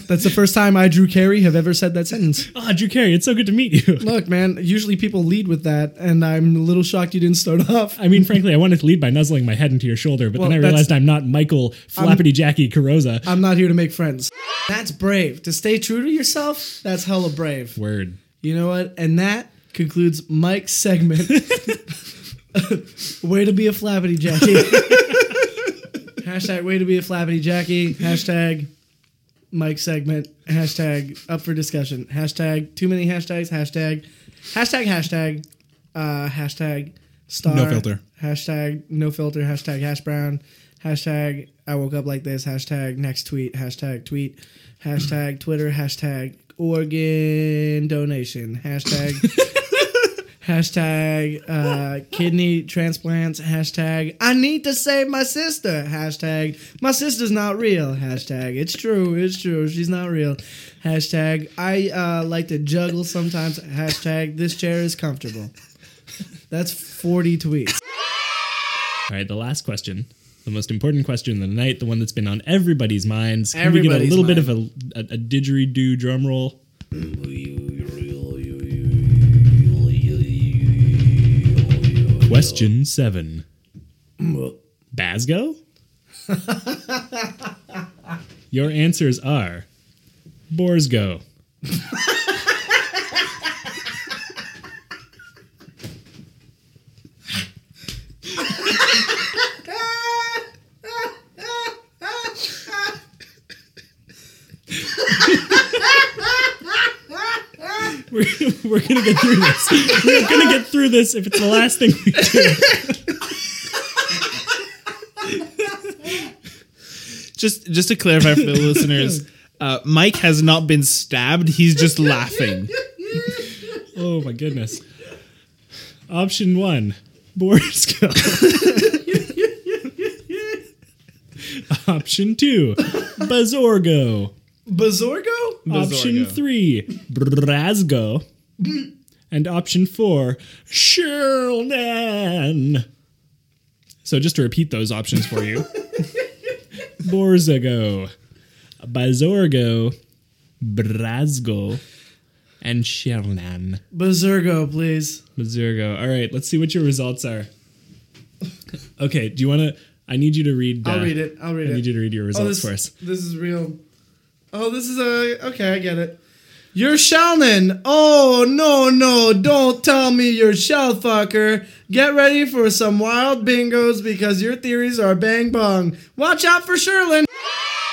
That's the first time I, Drew Carey, have ever said that sentence. oh, Drew Carey, it's so good to meet you. (laughs) Look, man. Usually people lead with that, and I'm a little shocked you didn't start (laughs) off. I mean, frankly, I wanted to lead by nuzzling my head into your shoulder, but Well, then I that's- realized I'm not Michael Flappity Jackie Carosa. I'm not here to make friends. That's brave. To stay true to yourself, that's hella brave. Word. You know what? And that concludes Mike's segment. (laughs) way to be a (laughs) flappity Jackie. Hashtag way to be a flappity Jackie. Hashtag Mike segment. Hashtag up for discussion. Hashtag too many hashtags. Hashtag hashtag hashtag uh, hashtag star. No filter. Hashtag no filter. Hashtag hash brown. Hashtag I woke up like this. Hashtag next tweet. Hashtag tweet. Hashtag Twitter. Hashtag organ donation. Hashtag Hashtag uh, kidney transplants. Hashtag I need to save my sister. Hashtag my sister's not real. Hashtag it's true. It's true. She's not real. Hashtag I uh, like to juggle sometimes. Hashtag this chair is comfortable. That's 40 tweets. All right, the last question, the most important question of the night, the one that's been on everybody's minds. Can we get Everybody's a little bit of a, a, a didgeridoo drum roll? Question seven. Basgo? (laughs) Your answers are Borsgo, (laughs) We're, we're gonna get through this. We're gonna get through this if it's the last thing we do. Just just to (laughs) clarify for the listeners, uh, Mike has not been stabbed. He's (laughs) just laughing. Oh my goodness. Option one, Borisco. Option two, Bazorgo. Bazorgo? Option three, Brazgo. And option four, Sherlnan. So just to repeat those options for you Borzago, Bazorgo, Brazgo, and Sherlnan. Bazorgo, please. Mazurgo. All right, let's see what your results are. Okay, do you want to? I need you to read. I'll uh, read it. I'll read I it. need you to read your Oh, results this, for us. this is real. Oh, this is a okay. I get it. You're Shalnan. Oh no no! Don't tell me you're shell fucker. Get ready for some wild bingos because your theories are bang bong. Watch out for Sherlin.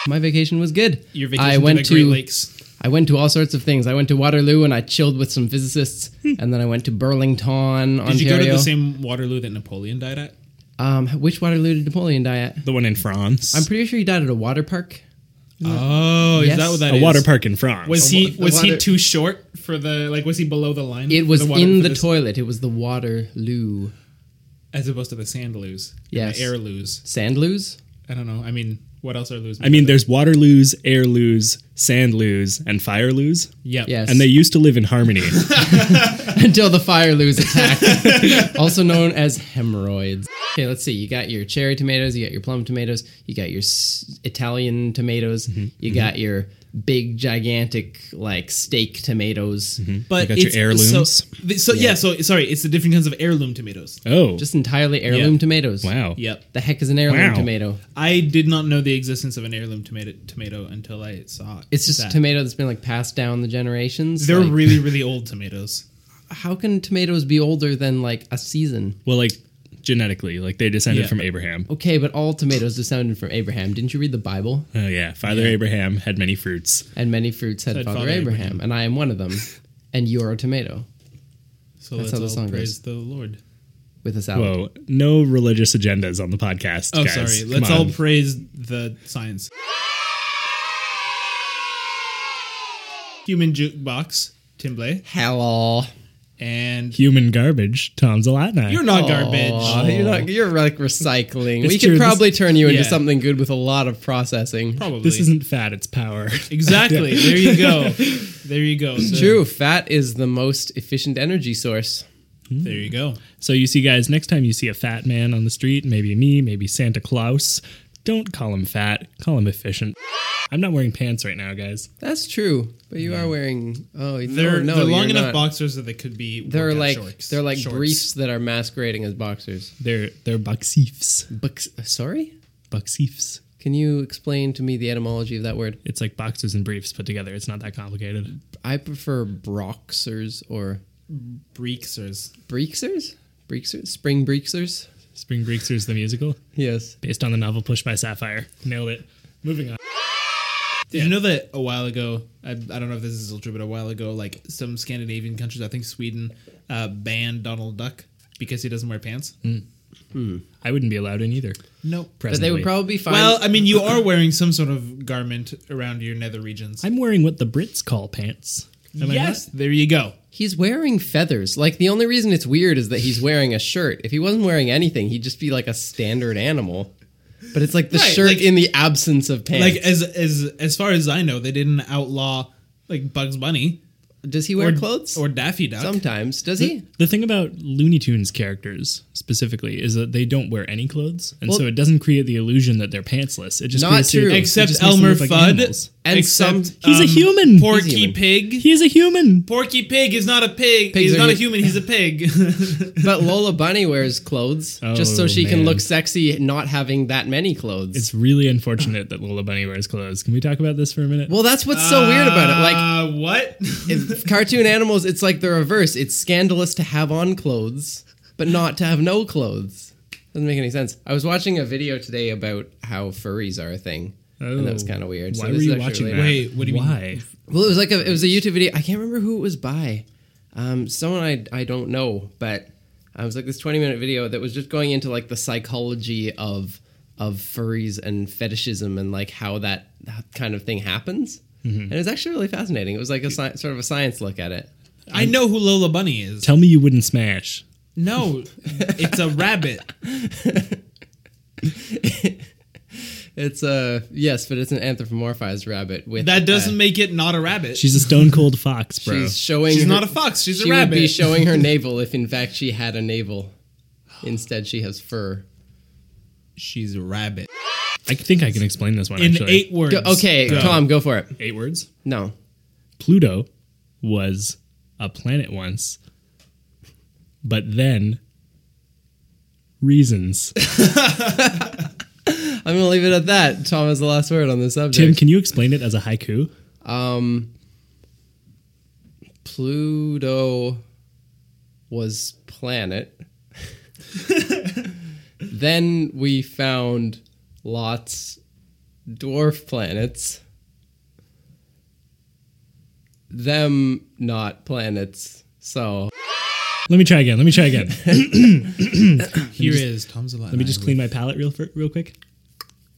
My vacation was good. Your vacation I went to the Great Lakes. I went to all sorts of things. I went to Waterloo and I chilled with some physicists, Hmm. and then I went to Burlington, Ontario. Did you go to the same Waterloo that Napoleon died at? um, which Waterloo did Napoleon die at? The one in France. I'm pretty sure he died at a water park. Oh, Yes. is that what that a is? water park in France. Was he the was water- he too short for the like? Was he below the line? It was for water- in for the this- toilet. It was the Waterloo. as opposed to the sand loos. and Yes. the air loos. Sandloos? I don't know. I mean, what else are loos? I mean, there's Waterloos, Airloos, Sandloos, and Fireloos, yeah, Yes. and they used to live in harmony. (laughs) (laughs) Until the Fireloos attack, (laughs) also known as hemorrhoids. Okay, let's see. You got your cherry tomatoes, you got your plum tomatoes, you got your s- Italian tomatoes, you got your big, gigantic, like steak tomatoes. But You got your it's- heirlooms. So, th- so yeah. so sorry, it's the different kinds of heirloom tomatoes. oh, Just entirely heirloom Yeah. tomatoes. wow. Yep. The heck is an heirloom Wow. tomato? I did not know the existence of an heirloom tomato tomato until I saw. It's just that. a tomato that's been like passed down the generations. They're Like, really really old tomatoes. how can tomatoes be older than like a season? Well, like genetically, like they descended Yeah. from Abraham. Okay, but all tomatoes descended from Abraham. Didn't you read the Bible? Oh yeah, Father Abraham had many fruits. And many fruits had Said Father, Father Abraham, and I am one of them. and you're a tomato So That's let's how the all song goes. praise the Lord. with a salad. Whoa, no religious agendas on the podcast. Oh, guys. sorry. Come Let's on. all praise the science. Human jukebox, Tim Blay, Hello. and human garbage. Tom's a lot you're not garbage. You're not. You're like recycling. we true, could this- probably turn you into yeah. something good with a lot of processing. Probably This isn't fat; it's power. (laughs) exactly. There (laughs) you go. There you go. So, True. Fat is the most efficient energy source. There you go. So you see, guys, next time you see a fat man on the street, maybe me, maybe Santa Claus, don't call him fat. Call him efficient. I'm not wearing pants right now, guys. That's true. But you are wearing. Oh, They're no, no, they're long you're not. enough boxers that they could be. They're workout like shorts- they're like shorts. briefs that are masquerading as boxers. They're they're boxiefs. Bux- sorry, Boxiefs. can you explain to me the etymology of that word? It's like boxers and briefs put together. It's not that complicated. I prefer broxers or Breeksers. breexers, breexers, spring breexers. Spring Breaksers the musical, Yes. based on the novel Push by Sapphire. Nailed it. Moving on. Did you know that a while ago? I, I don't know if this is ultra, but a while ago, like some Scandinavian countries, I think Sweden, uh, banned Donald Duck because he doesn't wear pants. Mm. I wouldn't be allowed in either. No. But Presently. they would probably be fine. Well, I mean, you are wearing some sort of garment around your nether regions. I'm wearing what the Brits call pants. Am yes, there you go. he's wearing feathers. Like the only reason it's weird is that he's wearing a shirt. If he wasn't wearing anything, he'd just be like a standard animal. But it's like the Right, shirt like- in the absence of pants. Like as as as far as I know, they didn't outlaw like Bugs Bunny does he wear or clothes? or Daffy Duck. Sometimes does he? The thing about Looney Tunes characters specifically is that they don't wear any clothes, and so it doesn't create the illusion that they're pantsless. It just Not creates the- true. it except just makes them Elmer look like Fudd animals. And except, some- He's a um, human. Porky He's human. Pig. He's a human. Porky Pig is not a pig. Pigs he's are not a hu- human. He's (laughs) a pig. But Lola Bunny wears clothes just so Oh, she can man. look sexy, not having that many clothes. It's really unfortunate that Lola Bunny wears clothes. Can we talk about this for a minute? well, that's what's so weird about it. Like uh, what? (laughs) if cartoon animals, it's like the reverse. It's scandalous to have on clothes, but not to have no clothes. Doesn't make any sense. I was watching a video today about how furries are a thing, and that was Oh. kind of weird. Why so were this is you actually watching that? related. Wait, what do you mean? Why? mean? Well, it was like a, it was a YouTube video. I can't remember who it was by. Um, someone I I don't know, but I was like this twenty minute video that was just going into like the psychology of of furries and fetishism and like how that, that kind of thing happens. Mm-hmm. And it was actually really fascinating. It was like a sci- sort of a science look at it. I know who Lola Bunny is. Tell me you wouldn't smash. No, it's (laughs) a rabbit. It's a yes, but it's an anthropomorphized rabbit with That uh, doesn't make it not a rabbit. She's a stone cold fox, bro. she's showing She's her- not a fox. She's she a would rabbit. be showing (laughs) her navel if in fact she had a navel. Instead, she has fur. She's a rabbit. I think I can explain this one In actually. eight words. Go- okay, Tom, go for it. eight words. No, Pluto was a planet once, but then reasons. I'm gonna leave it at that. Tom has the last word on this Tim, subject. can you explain it as a haiku? um, Pluto was planet. then we found lots dwarf planets, them not planets. So Let me try again. Let me try again. Here is Tom's alive. Let me just clean my palate real fir- real quick.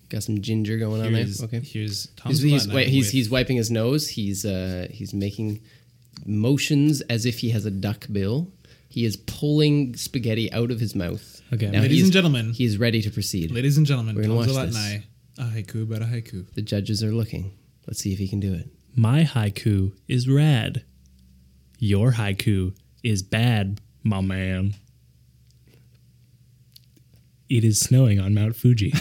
got some ginger going on there. Here's, Okay. Here's Tom's He's he's, alive wait, he's, with- he's wiping his nose. He's uh, he's making motions as if he has a duck bill. He is pulling spaghetti out of his mouth. Okay. Now Ladies he is- and gentlemen. he is ready to proceed. Ladies and gentlemen, We're Tom's gonna watch alive. this. A haiku about a haiku. The judges are looking. Let's see if he can do it. My haiku is rad. Your haiku is bad, my man. It is snowing on Mount Fuji.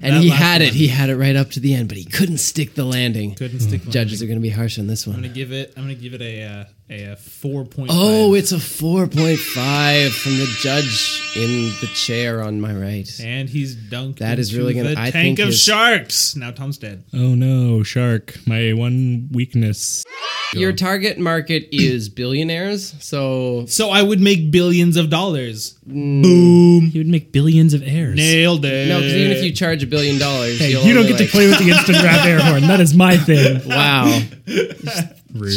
And That he last had it. one. He had it right up to the end, but he couldn't stick the landing. Couldn't stick. one. Judges are going to be harsh on this I'm one. gonna give it. I'm gonna give it a uh, a, uh four point. Oh, it's a 4.5 from the judge in the chair on my right. and he's dunked. That is into really gonna- the I tank think of his- sharks. Now Tom's dead. oh no, shark, my one weakness. Your target market is billionaires, so So I would make billions of dollars. You would make billions of heirs. Nailed it. no, because even if you charge a billion dollars, Hey, you'll you don't only, get to like- play with (laughs) the instant rap air horn. That is my thing. Wow,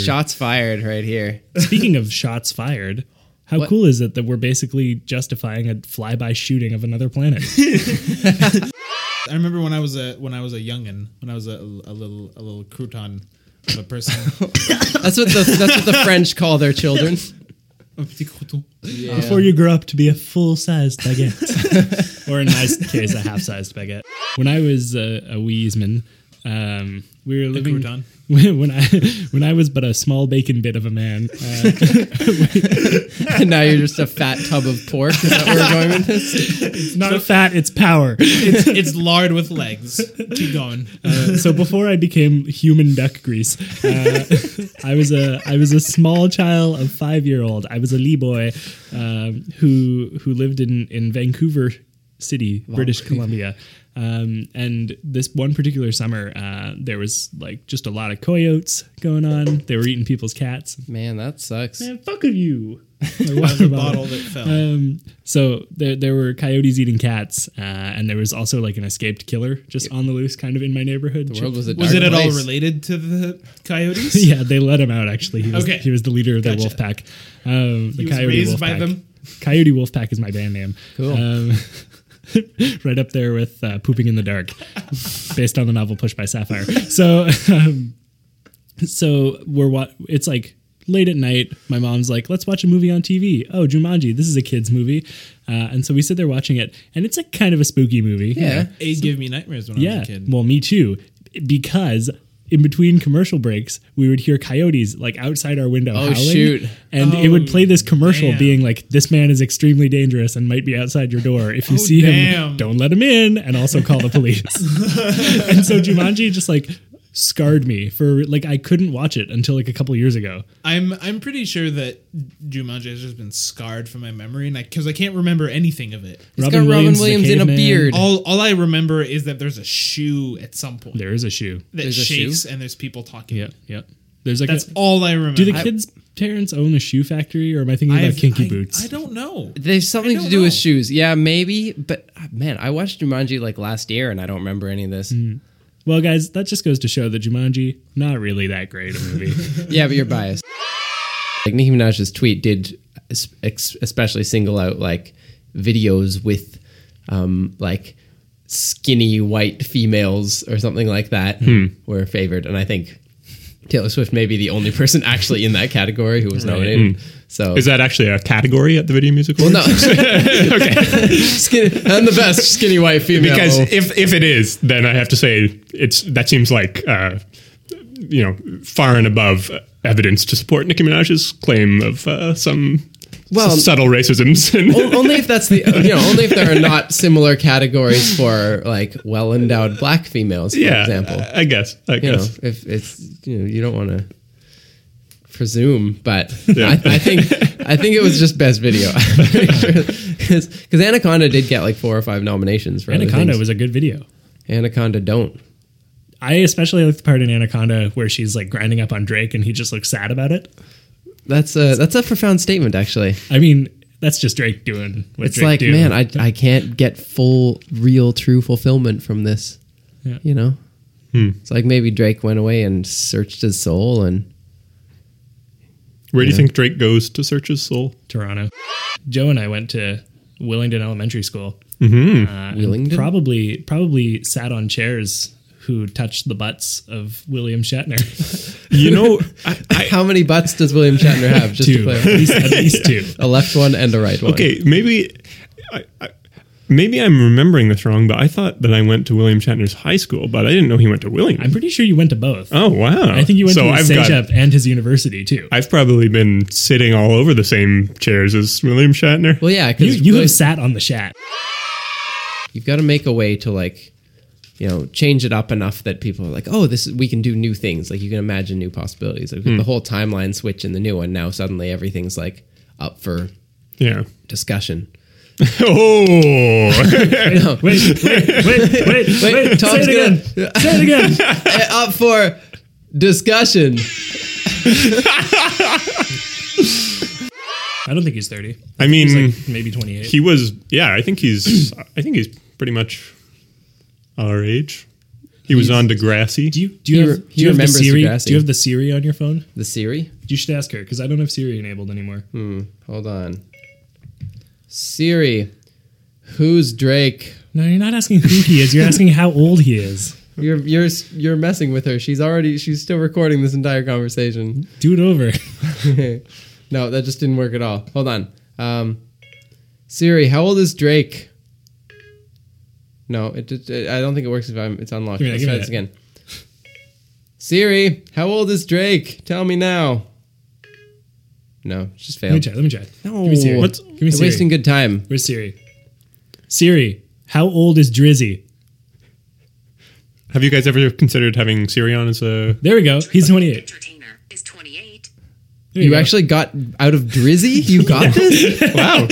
shots fired right here. Speaking of shots fired, how cool is it that we're basically justifying a flyby shooting of another planet? I remember when I was a when I was a youngin, when I was a, a little a little crouton of a person. That's what the that's what the French call their children. (laughs) A petit crouton. (laughs) Before you grow up to be a full-sized baguette, (laughs) or in my case, a half-sized baguette. When I was uh, a, a weesman, um, we were living crouton. (laughs) when I when I was but a small bacon bit of a man. Uh, and now you're just a fat tub of pork. Is that where we're going with this? it's not fat, it's (laughs) power. It's, it's lard with legs. Keep going. Uh, so before I became human duck grease, uh, (laughs) I was a I was a small child of five year old. I was a lee boy um, who who lived in in Vancouver City, British Columbia. Um, and this one particular summer, uh, there was like just a lot of coyotes going on. They were eating people's cats. Man, that sucks. Man, fuck of (laughs) you. My The water bottle that fell. um, so there, there were coyotes eating cats, uh, and there was also like an escaped killer just on the loose, kind of in my neighborhood. The world was a was dark it at all place. related to the coyotes? (laughs) yeah, they let him out. Actually, he was, Okay. he was the leader of the wolf pack. Um, the was coyote raised wolf by pack. them? Coyote wolf pack is my band name. Cool. Um, (laughs) right up there with uh, pooping in the dark, (laughs) based on the novel Push by Sapphire. So, um, so we're wa- It's like late at night. My mom's like, "Let's watch a movie on TV." Oh, Jumanji. This is a kids movie, uh, and so we sit there watching it, and it's like kind of a spooky movie. you Yeah. know? It gave me nightmares when I Yeah. was a kid. Well, me too. Because in between commercial breaks, we would hear coyotes like outside our window howling. shoot. And it would play this commercial Oh, damn. being like, this man is extremely dangerous and might be outside your door. If you see him, Oh, damn. don't let him in and also call the (laughs) police. and so Jumanji just like scarred me for like, I couldn't watch it until like a couple years ago. I'm I'm pretty sure that Jumanji has just been scarred from my memory, and because I can't remember anything of it. It's got Robin the Williams in a caveman. beard. All all I remember is that there's a shoe at some point There is a shoe. that There's a shakes, and there's people talking. Yep. Yep. There's like, That's a, all I remember. do the kids' parents own a shoe factory or am I thinking about I've- kinky I- boots? I don't know. There's something I to don't do with know. shoes. Yeah, maybe. But ah, man, I watched Jumanji like last year, and I don't remember any of this. Well, guys, that just goes to show that Jumanji not really that great a (laughs) movie. Yeah, but you're biased. Like Nicki Minaj's tweet did, es- ex- especially single out like videos with, um, like skinny white females or something like that Hmm. were favored, and I think Taylor Swift may be the only person actually in that category who was nominated. Hmm. So Is that actually a category at the Video Music (laughs) Awards? no? Skinny, I'm the best skinny white female because if if it is, then I have to say it's that seems like uh, you know far and above evidence to support Nicki Minaj's claim of uh, some Well- s- subtle racisms. (laughs) And O- only if that's the you know only if there are not similar categories for like well endowed black females for yeah, example I, I guess. I you know guess. if it's you know you don't want to presume but Yeah. I, I think i think it was just best video (laughs) because anaconda did get like four or five nominations for other Anaconda things. was a good video. anaconda don't I especially like the part in Anaconda where she's like grinding up on Drake and he just looks sad about it. that's a that's a profound statement actually I mean, That's just Drake doing what it's Drake like, do. man, I I can't get full, real, true fulfillment from this. Yeah. You know, Hmm. it's like maybe Drake went away and searched his soul, and Where do you think Drake goes to search his soul? Toronto. Joe and I went to Willingdon Elementary School. Uh, and Willingdon? probably probably sat on chairs who touched the butts of William Shatner. You (laughs) know, I, how many butts does William Shatner have? Just to two, at play least, at least two. a left one and a right one. okay, maybe, I, I, maybe I'm remembering this wrong, but I thought that I went to William Shatner's high school, but I didn't know he went to William. I'm pretty sure you went to both. oh wow! I think you went so to his I've stage got, up and his university too. I've probably been sitting all over the same chairs as William Shatner. Well, yeah, you because you have sat on the Shat. you've got to make a way to like you know change it up enough that people are like oh this is, we can do new things like you can imagine new possibilities like the whole timeline switch in the new one now suddenly everything's like up for yeah. discussion Oh, (laughs) Wait, wait, wait, wait, wait. wait Say tom's it gonna again. Say it again. uh, up for discussion I don't think he's 30. I mean, He's like maybe 28. he was. Yeah, I think he's. I think he's pretty much our age. He was on Degrassi. do you do you He have, re- do he you have the remembers Siri? Degrassi. Do you have the Siri on your phone? the siri You should ask her because I don't have Siri enabled anymore. hold on siri who's drake No, you're not asking who he (laughs) is. You're asking how old he is. you're you're you're messing with her she's already she's still recording this entire conversation Do it over. no, that just didn't work at all. Hold on. Um, Siri, how old is Drake? No, it, it, it- I don't think it works if I'm it's unlocked. Give me that, Let's give me try this again. Siri, how old is Drake? Tell me now. No, it's just Let me failed. try. Let me try. No, Give me Siri. What's- Give me You're Siri. wasting good time. Where's Siri? Siri, how old is Drizzy? Have you guys ever considered having Siri on as a? There we go. He's 28. entertainer is 28. There You go. actually got out of Drizzy. You (laughs) got this. Wow.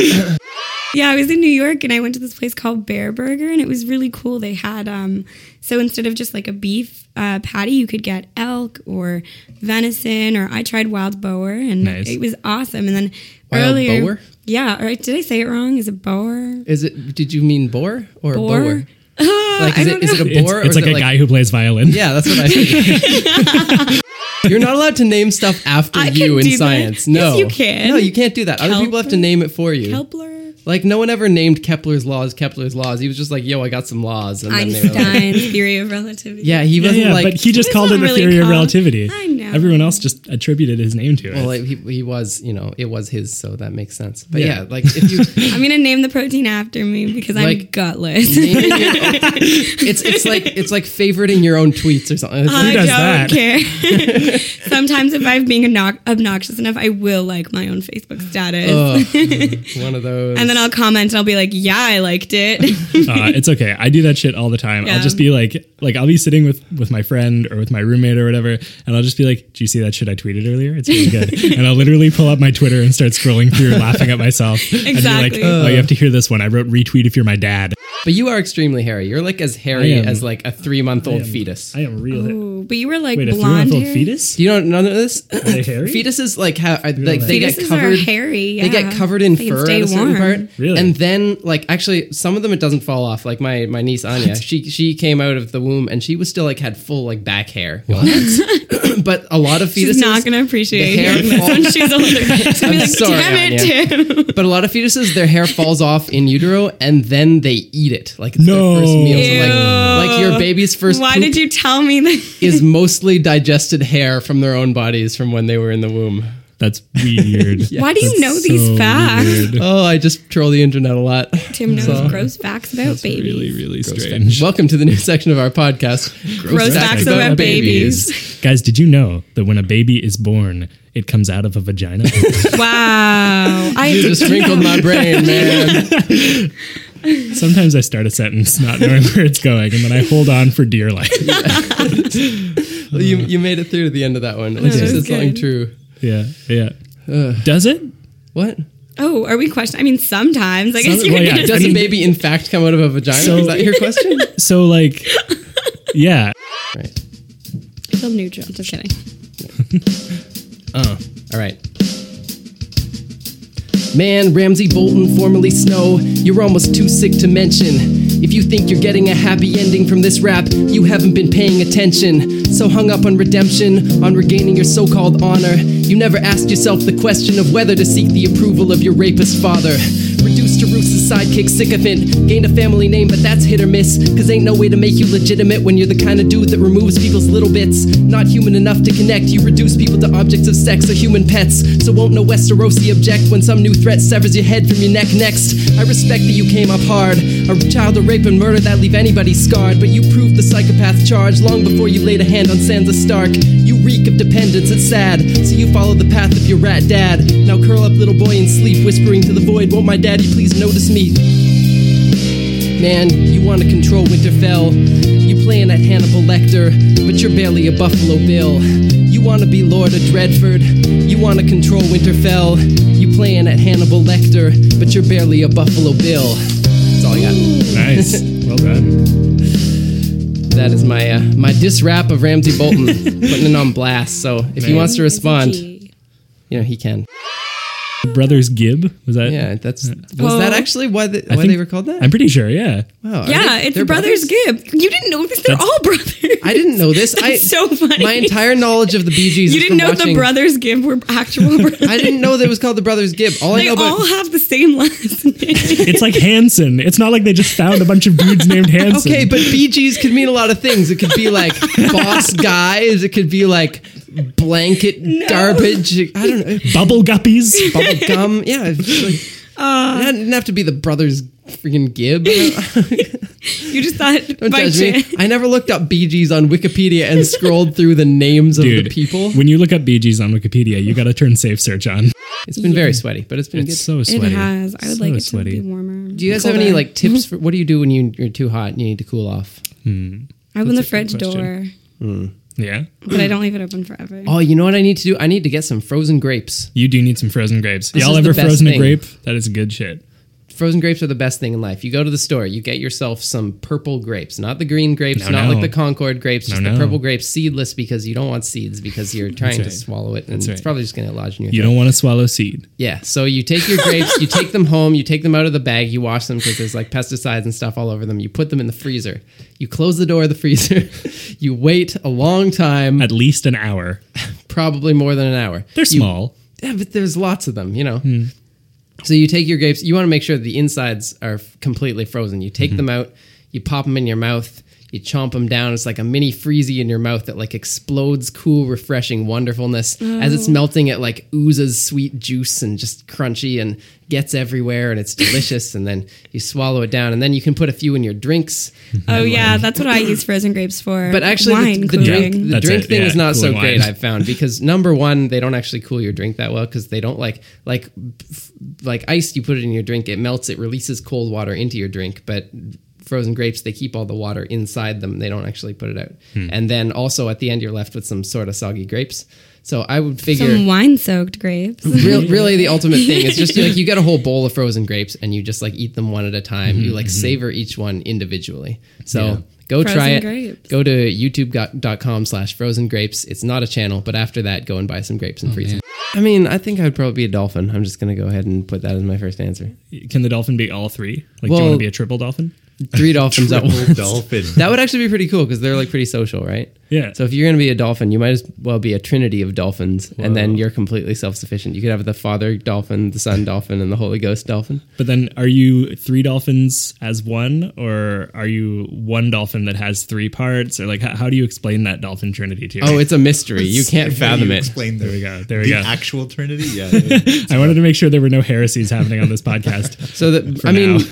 Yeah, I was in New York and I went to this place called Bear Burger and it was really cool. They had um so instead of just like a beef uh, patty, you could get elk or venison or I tried wild boar and Nice. it was awesome. And then Wild earlier, boar? yeah, all right. Did I say it wrong? Is it boar? Is it? Did you mean boar or Boar? boar? Uh, Like, (laughs) I is don't it, is it a know. boar? It's, or it's is like it a guy who plays violin. Yeah, that's what I figured. (laughs) You're not allowed to name stuff after I you can in do that. science. Yes, No. you can. No, you can't do that. Other people have to Kepler. name it for you. Kepler, Like no one ever named Kepler's laws Kepler's laws. He was just like, "Yo, I got some laws." And then they were like, Einstein's theory of relativity. Yeah, he Yeah, wasn't yeah, like but he just It's called it not the really theory of called- relativity. I know. Everyone else just attributed his name to it. well, like, he, he was, you know, it was his, so that makes sense. But Yeah. yeah, like if (laughs) you I'm gonna name the protein after me because I'm Like- gutless. (laughs) it's it's like it's like favoriting your own tweets or something. It's I like, don't does that? (laughs) care. Sometimes if I'm being obnox- obnoxious enough, I will like my own Facebook status. one of those. Uh, and then I'll comment and I'll be like, yeah, I liked it. (laughs) (laughs) uh, it's okay. I do that shit all the time. I'll Yeah. just be like, like I'll be sitting with with my friend or with my roommate or whatever, and I'll just be like, "Do you see that shit I tweeted earlier? It's really (laughs) good." and I'll literally pull up my Twitter and start scrolling through, laughing at myself. And be like, Exactly. Uh. "Oh, you have to hear this one. I wrote retweet if you're my dad." but you are extremely hairy. You're like as hairy I am. as like a three month old fetus. I am real. Ooh, but you were like Wait, a blonde. three-month-old hair. fetus? Do you don't know this? Are they hairy? fetuses like have are, like they Fetuses get covered are hairy. they yeah. get covered in They fur stay at a certain warm. part Really? and then like actually some of them it doesn't fall off like my my niece anya she she came out of the womb and she was still like had full like back hair (clears throat) but a lot of (clears throat) fetuses She's not going to appreciate the hair hearing this (laughs) fall- when (laughs) she's older. She's going to be (laughs) like, sorry, damn it, Tim. but a lot of fetuses their hair falls off in utero and then they eat it like it's No. their first meal So, like, like your baby's first Why poop did you tell me that? is mostly digested hair from their own bodies from when they were in the womb That's weird. Why do you know these facts? oh i just troll the internet a lot (laughs) Tim knows gross facts about babies. Really, really strange. Welcome to the new section of our podcast. gross facts facts about about, babies. Guys, did you know that when a baby is born, it comes out of a (laughs) vagina? (laughs) wow. I You just sprinkled my brain, (laughs) man. Sometimes I start a sentence not knowing where it's going, and then I hold on for dear (laughs) life. Well, you you made it through to the end of that one. At least you that said was something true. good. Yeah, yeah. uh. Does it? What? (laughs) Oh, are we questioning? I mean, sometimes. I guess Some- you're well, yeah, gonna it Does mean- a baby in fact come out of a vagina? So- Is that your question? So (laughs) like, yeah. right. feel neutral. Just kidding. All right. Man, Ramsey Bolton, formerly Snow, you're almost too sick to mention. If you think you're getting a happy ending from this rap, you haven't been paying attention. So hung up on redemption, on regaining your so called honor, you never asked yourself the question of whether to seek the approval of your rapist father. Reduced to Roose's sidekick sycophant, gained a family name, but that's hit or miss, cause ain't no way to make you legitimate when you're the kind of dude that removes people's little bits. Not human enough to connect, you reduce people to objects of sex or human pets. So won't no Westerosi object when some new threat severs your head from your neck next. I respect that you came up hard, a child of rape and murder that leave anybody scarred, but you proved the psychopath charge long before you laid a hand on Sansa Stark. You reek of dependence, it's sad, so you follow the path of your rat dad. Now curl up, little boy, and sleep, whispering to the void, won't my daddy please notice me? Man, you want to control Winterfell. You playing at Hannibal Lecter, but you're barely a Buffalo Bill. You want to be Lord of Dreadford. You want to control Winterfell. You playing at Hannibal Lecter, but you're barely a Buffalo Bill. That's all I got. Nice. Well done. That is my uh, my diss rap of Ramsey (laughs) Bolton, putting it on blast. So if he Man. wants to respond, you know he can. Brothers Gibb was that? Yeah, that's was that Oh. actually why, the, why they were called that? Oh, I'm pretty sure. Yeah. Wow, yeah, it's the brothers, Gibb. You didn't know this? They're all brothers. I didn't know this. I, (laughs) That's so funny. My entire knowledge of the Bee Gees. You is from didn't know watching- the brothers Gibb were actual brothers. I didn't know that it was called the Brothers Gibb. (laughs) All I They know about all have the same (laughs) last name. It's like Hanson. It's not like they just found a bunch of dudes named Hanson. Okay, but Bee Gees could mean a lot of things. It could be (laughs) like boss guys. It could be like blanket garbage. I don't know. Bubble guppies. (laughs) Bubble gum. Yeah. it's Like, Uh, it didn't have to be the brothers freaking Gibb. (laughs) you just thought Don't by judge me. chance. I never looked up Bee Gees on Wikipedia (laughs) and scrolled through the names of the people. When you look up Bee Gees on Wikipedia, you got to turn safe search on. It's been very sweaty, but it's been It's good. so It sweaty. has. I would So like it sweaty. to be warmer. do you guys have any like tips for what do you do when you, you're too hot and you need to cool off? I open the That's a good fridge question. (laughs) door, Yeah. but I don't leave it open forever. Oh, you know what I need to do? I need to get some frozen grapes. You do need some frozen grapes. This Y'all is the ever best frozen thing. a grape? That is good shit. Frozen grapes are the best thing in life. You go to the store, you get yourself some purple grapes, not the green grapes, No, not no. like the Concord grapes, just No, the no. purple grapes, seedless because you don't want seeds because you're trying to right. swallow it and That's it's right. probably just going to lodge in your You throat. don't want to swallow seed. Yeah, so you take your grapes, you take them home, you take them out of the bag, you wash them because there's like pesticides and stuff all over them. You put them in the freezer. You close the door of the freezer. (laughs) you wait a long time, At least an hour. probably more than an hour. They're You- small. yeah, but there's lots of them, you know. So you take your grapes. You want to make sure that the insides are f- completely frozen. You take them out. You pop them in your mouth. You chomp them down. It's like a mini freezy in your mouth that like explodes cool, refreshing wonderfulness. As it's melting, it like oozes sweet juice and just crunchy and gets everywhere, and it's delicious. and then you swallow it down, and then you can put a few in your drinks. Oh yeah, that's what I use frozen grapes for. But actually, wine the, the cooling. drink the That's drink it, thing yeah, is not so cooling great. wine. I've found because number one, they don't actually cool your drink that well because they don't like like f- like ice. You put it in your drink, it melts, it releases cold water into your drink, but frozen grapes they keep all the water inside them they don't actually put it out Hmm. and then also at the end you're left with some sort of soggy grapes so i would figure some wine soaked (laughs) grapes. Real, really, the ultimate thing is just like you get a whole bowl of frozen grapes and you just like eat them one at a time. You like savor each one individually. So go try Frozen it. grapes. Go to youtube.com slash frozen grapes. It's not a channel, but after that, go and buy some grapes and freeze them. I mean, I think I would probably be a dolphin. I'm just going to go ahead and put that as my first answer. Can the dolphin be all three? Like, do you Well- want to be a triple dolphin? Three dolphins at once. dolphin. (laughs) That would actually be pretty cool because they're like pretty social, right? Yeah. So if you're going to be a dolphin, you might as well be a trinity of dolphins, and then you're completely self-sufficient. You could have the father dolphin, the son dolphin, and the Holy Ghost dolphin. But then, are you three dolphins as one, or are you one dolphin that has three parts, or like how, how do you explain that dolphin trinity to? Oh, it's a mystery. You can't fathom it. Explain there we go. There we the go. actual Trinity. Yeah. I wanted to make sure there were no heresies happening on this podcast. (laughs) So that I mean, now.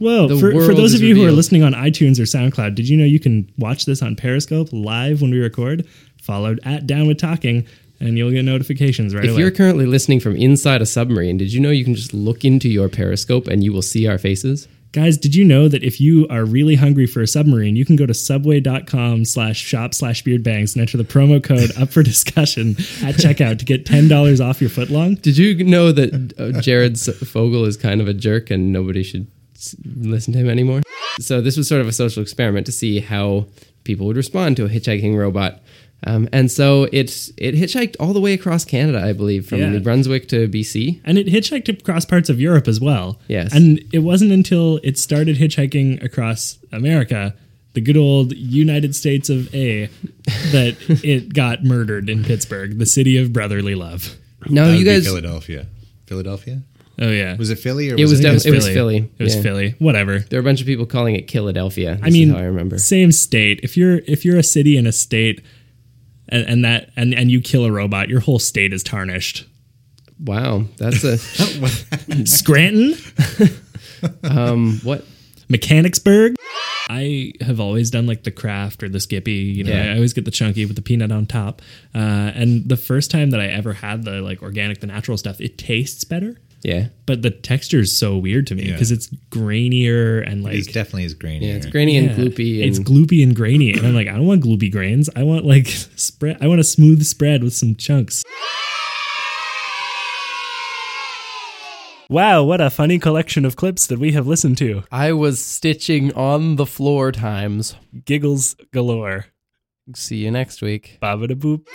Whoa! The For, for world those is of you who are revealed. listening on iTunes or SoundCloud, did you know you can watch this on Periscope live when we record? Followed at Down with Talking, and you'll get notifications right if away. you're currently listening from inside a submarine, did you know you can just look into your periscope and you will see our faces? Guys, did you know that if you are really hungry for a submarine, you can go to subway.com slash shop slash beardbangs and enter the promo code up for (laughs) discussion at checkout to get $10 off your footlong? Did you know that uh, Jared S- Fogle is kind of a jerk and nobody should s- listen to him anymore? So this was sort of a social experiment to see how people would respond to a hitchhiking robot. Um, and so it it hitchhiked all the way across Canada, I believe, from Yeah. New Brunswick to BC. And it hitchhiked across parts of Europe as well. Yes. And it wasn't until it started hitchhiking across America, the good old United States of (laughs) A, that it got murdered in Pittsburgh, the city of brotherly love. No, That you would be guys. Philadelphia. Philadelphia? Oh yeah. Was it Philly or It was it, def- it was Philly. It was Yeah. Philly. Whatever. There were a bunch of people calling it Philadelphia. I mean, I remember. same state. If you're if you're a city in a state, and, and that and and you kill a robot, your whole state is tarnished. (clears throat) Wow, that's a (laughs) Scranton. um, what? Mechanicsburg. I have always done like the craft or the Skippy. You know, Yeah. I always get the chunky with the peanut on top. Uh, and the first time that I ever had the like organic, the natural stuff, it tastes better. Yeah. But the texture is so weird to me Yeah. because it's grainier and like It is definitely is grainy. Yeah, it's grainy and gloopy It's and- gloopy and grainy, and I'm like, I don't want gloopy grains. I want like (laughs) spread. I want a smooth spread with some chunks. Wow, what a funny collection of clips that we have listened to. I was stitching on the floor times. Giggles galore. See you next week. Babada boop.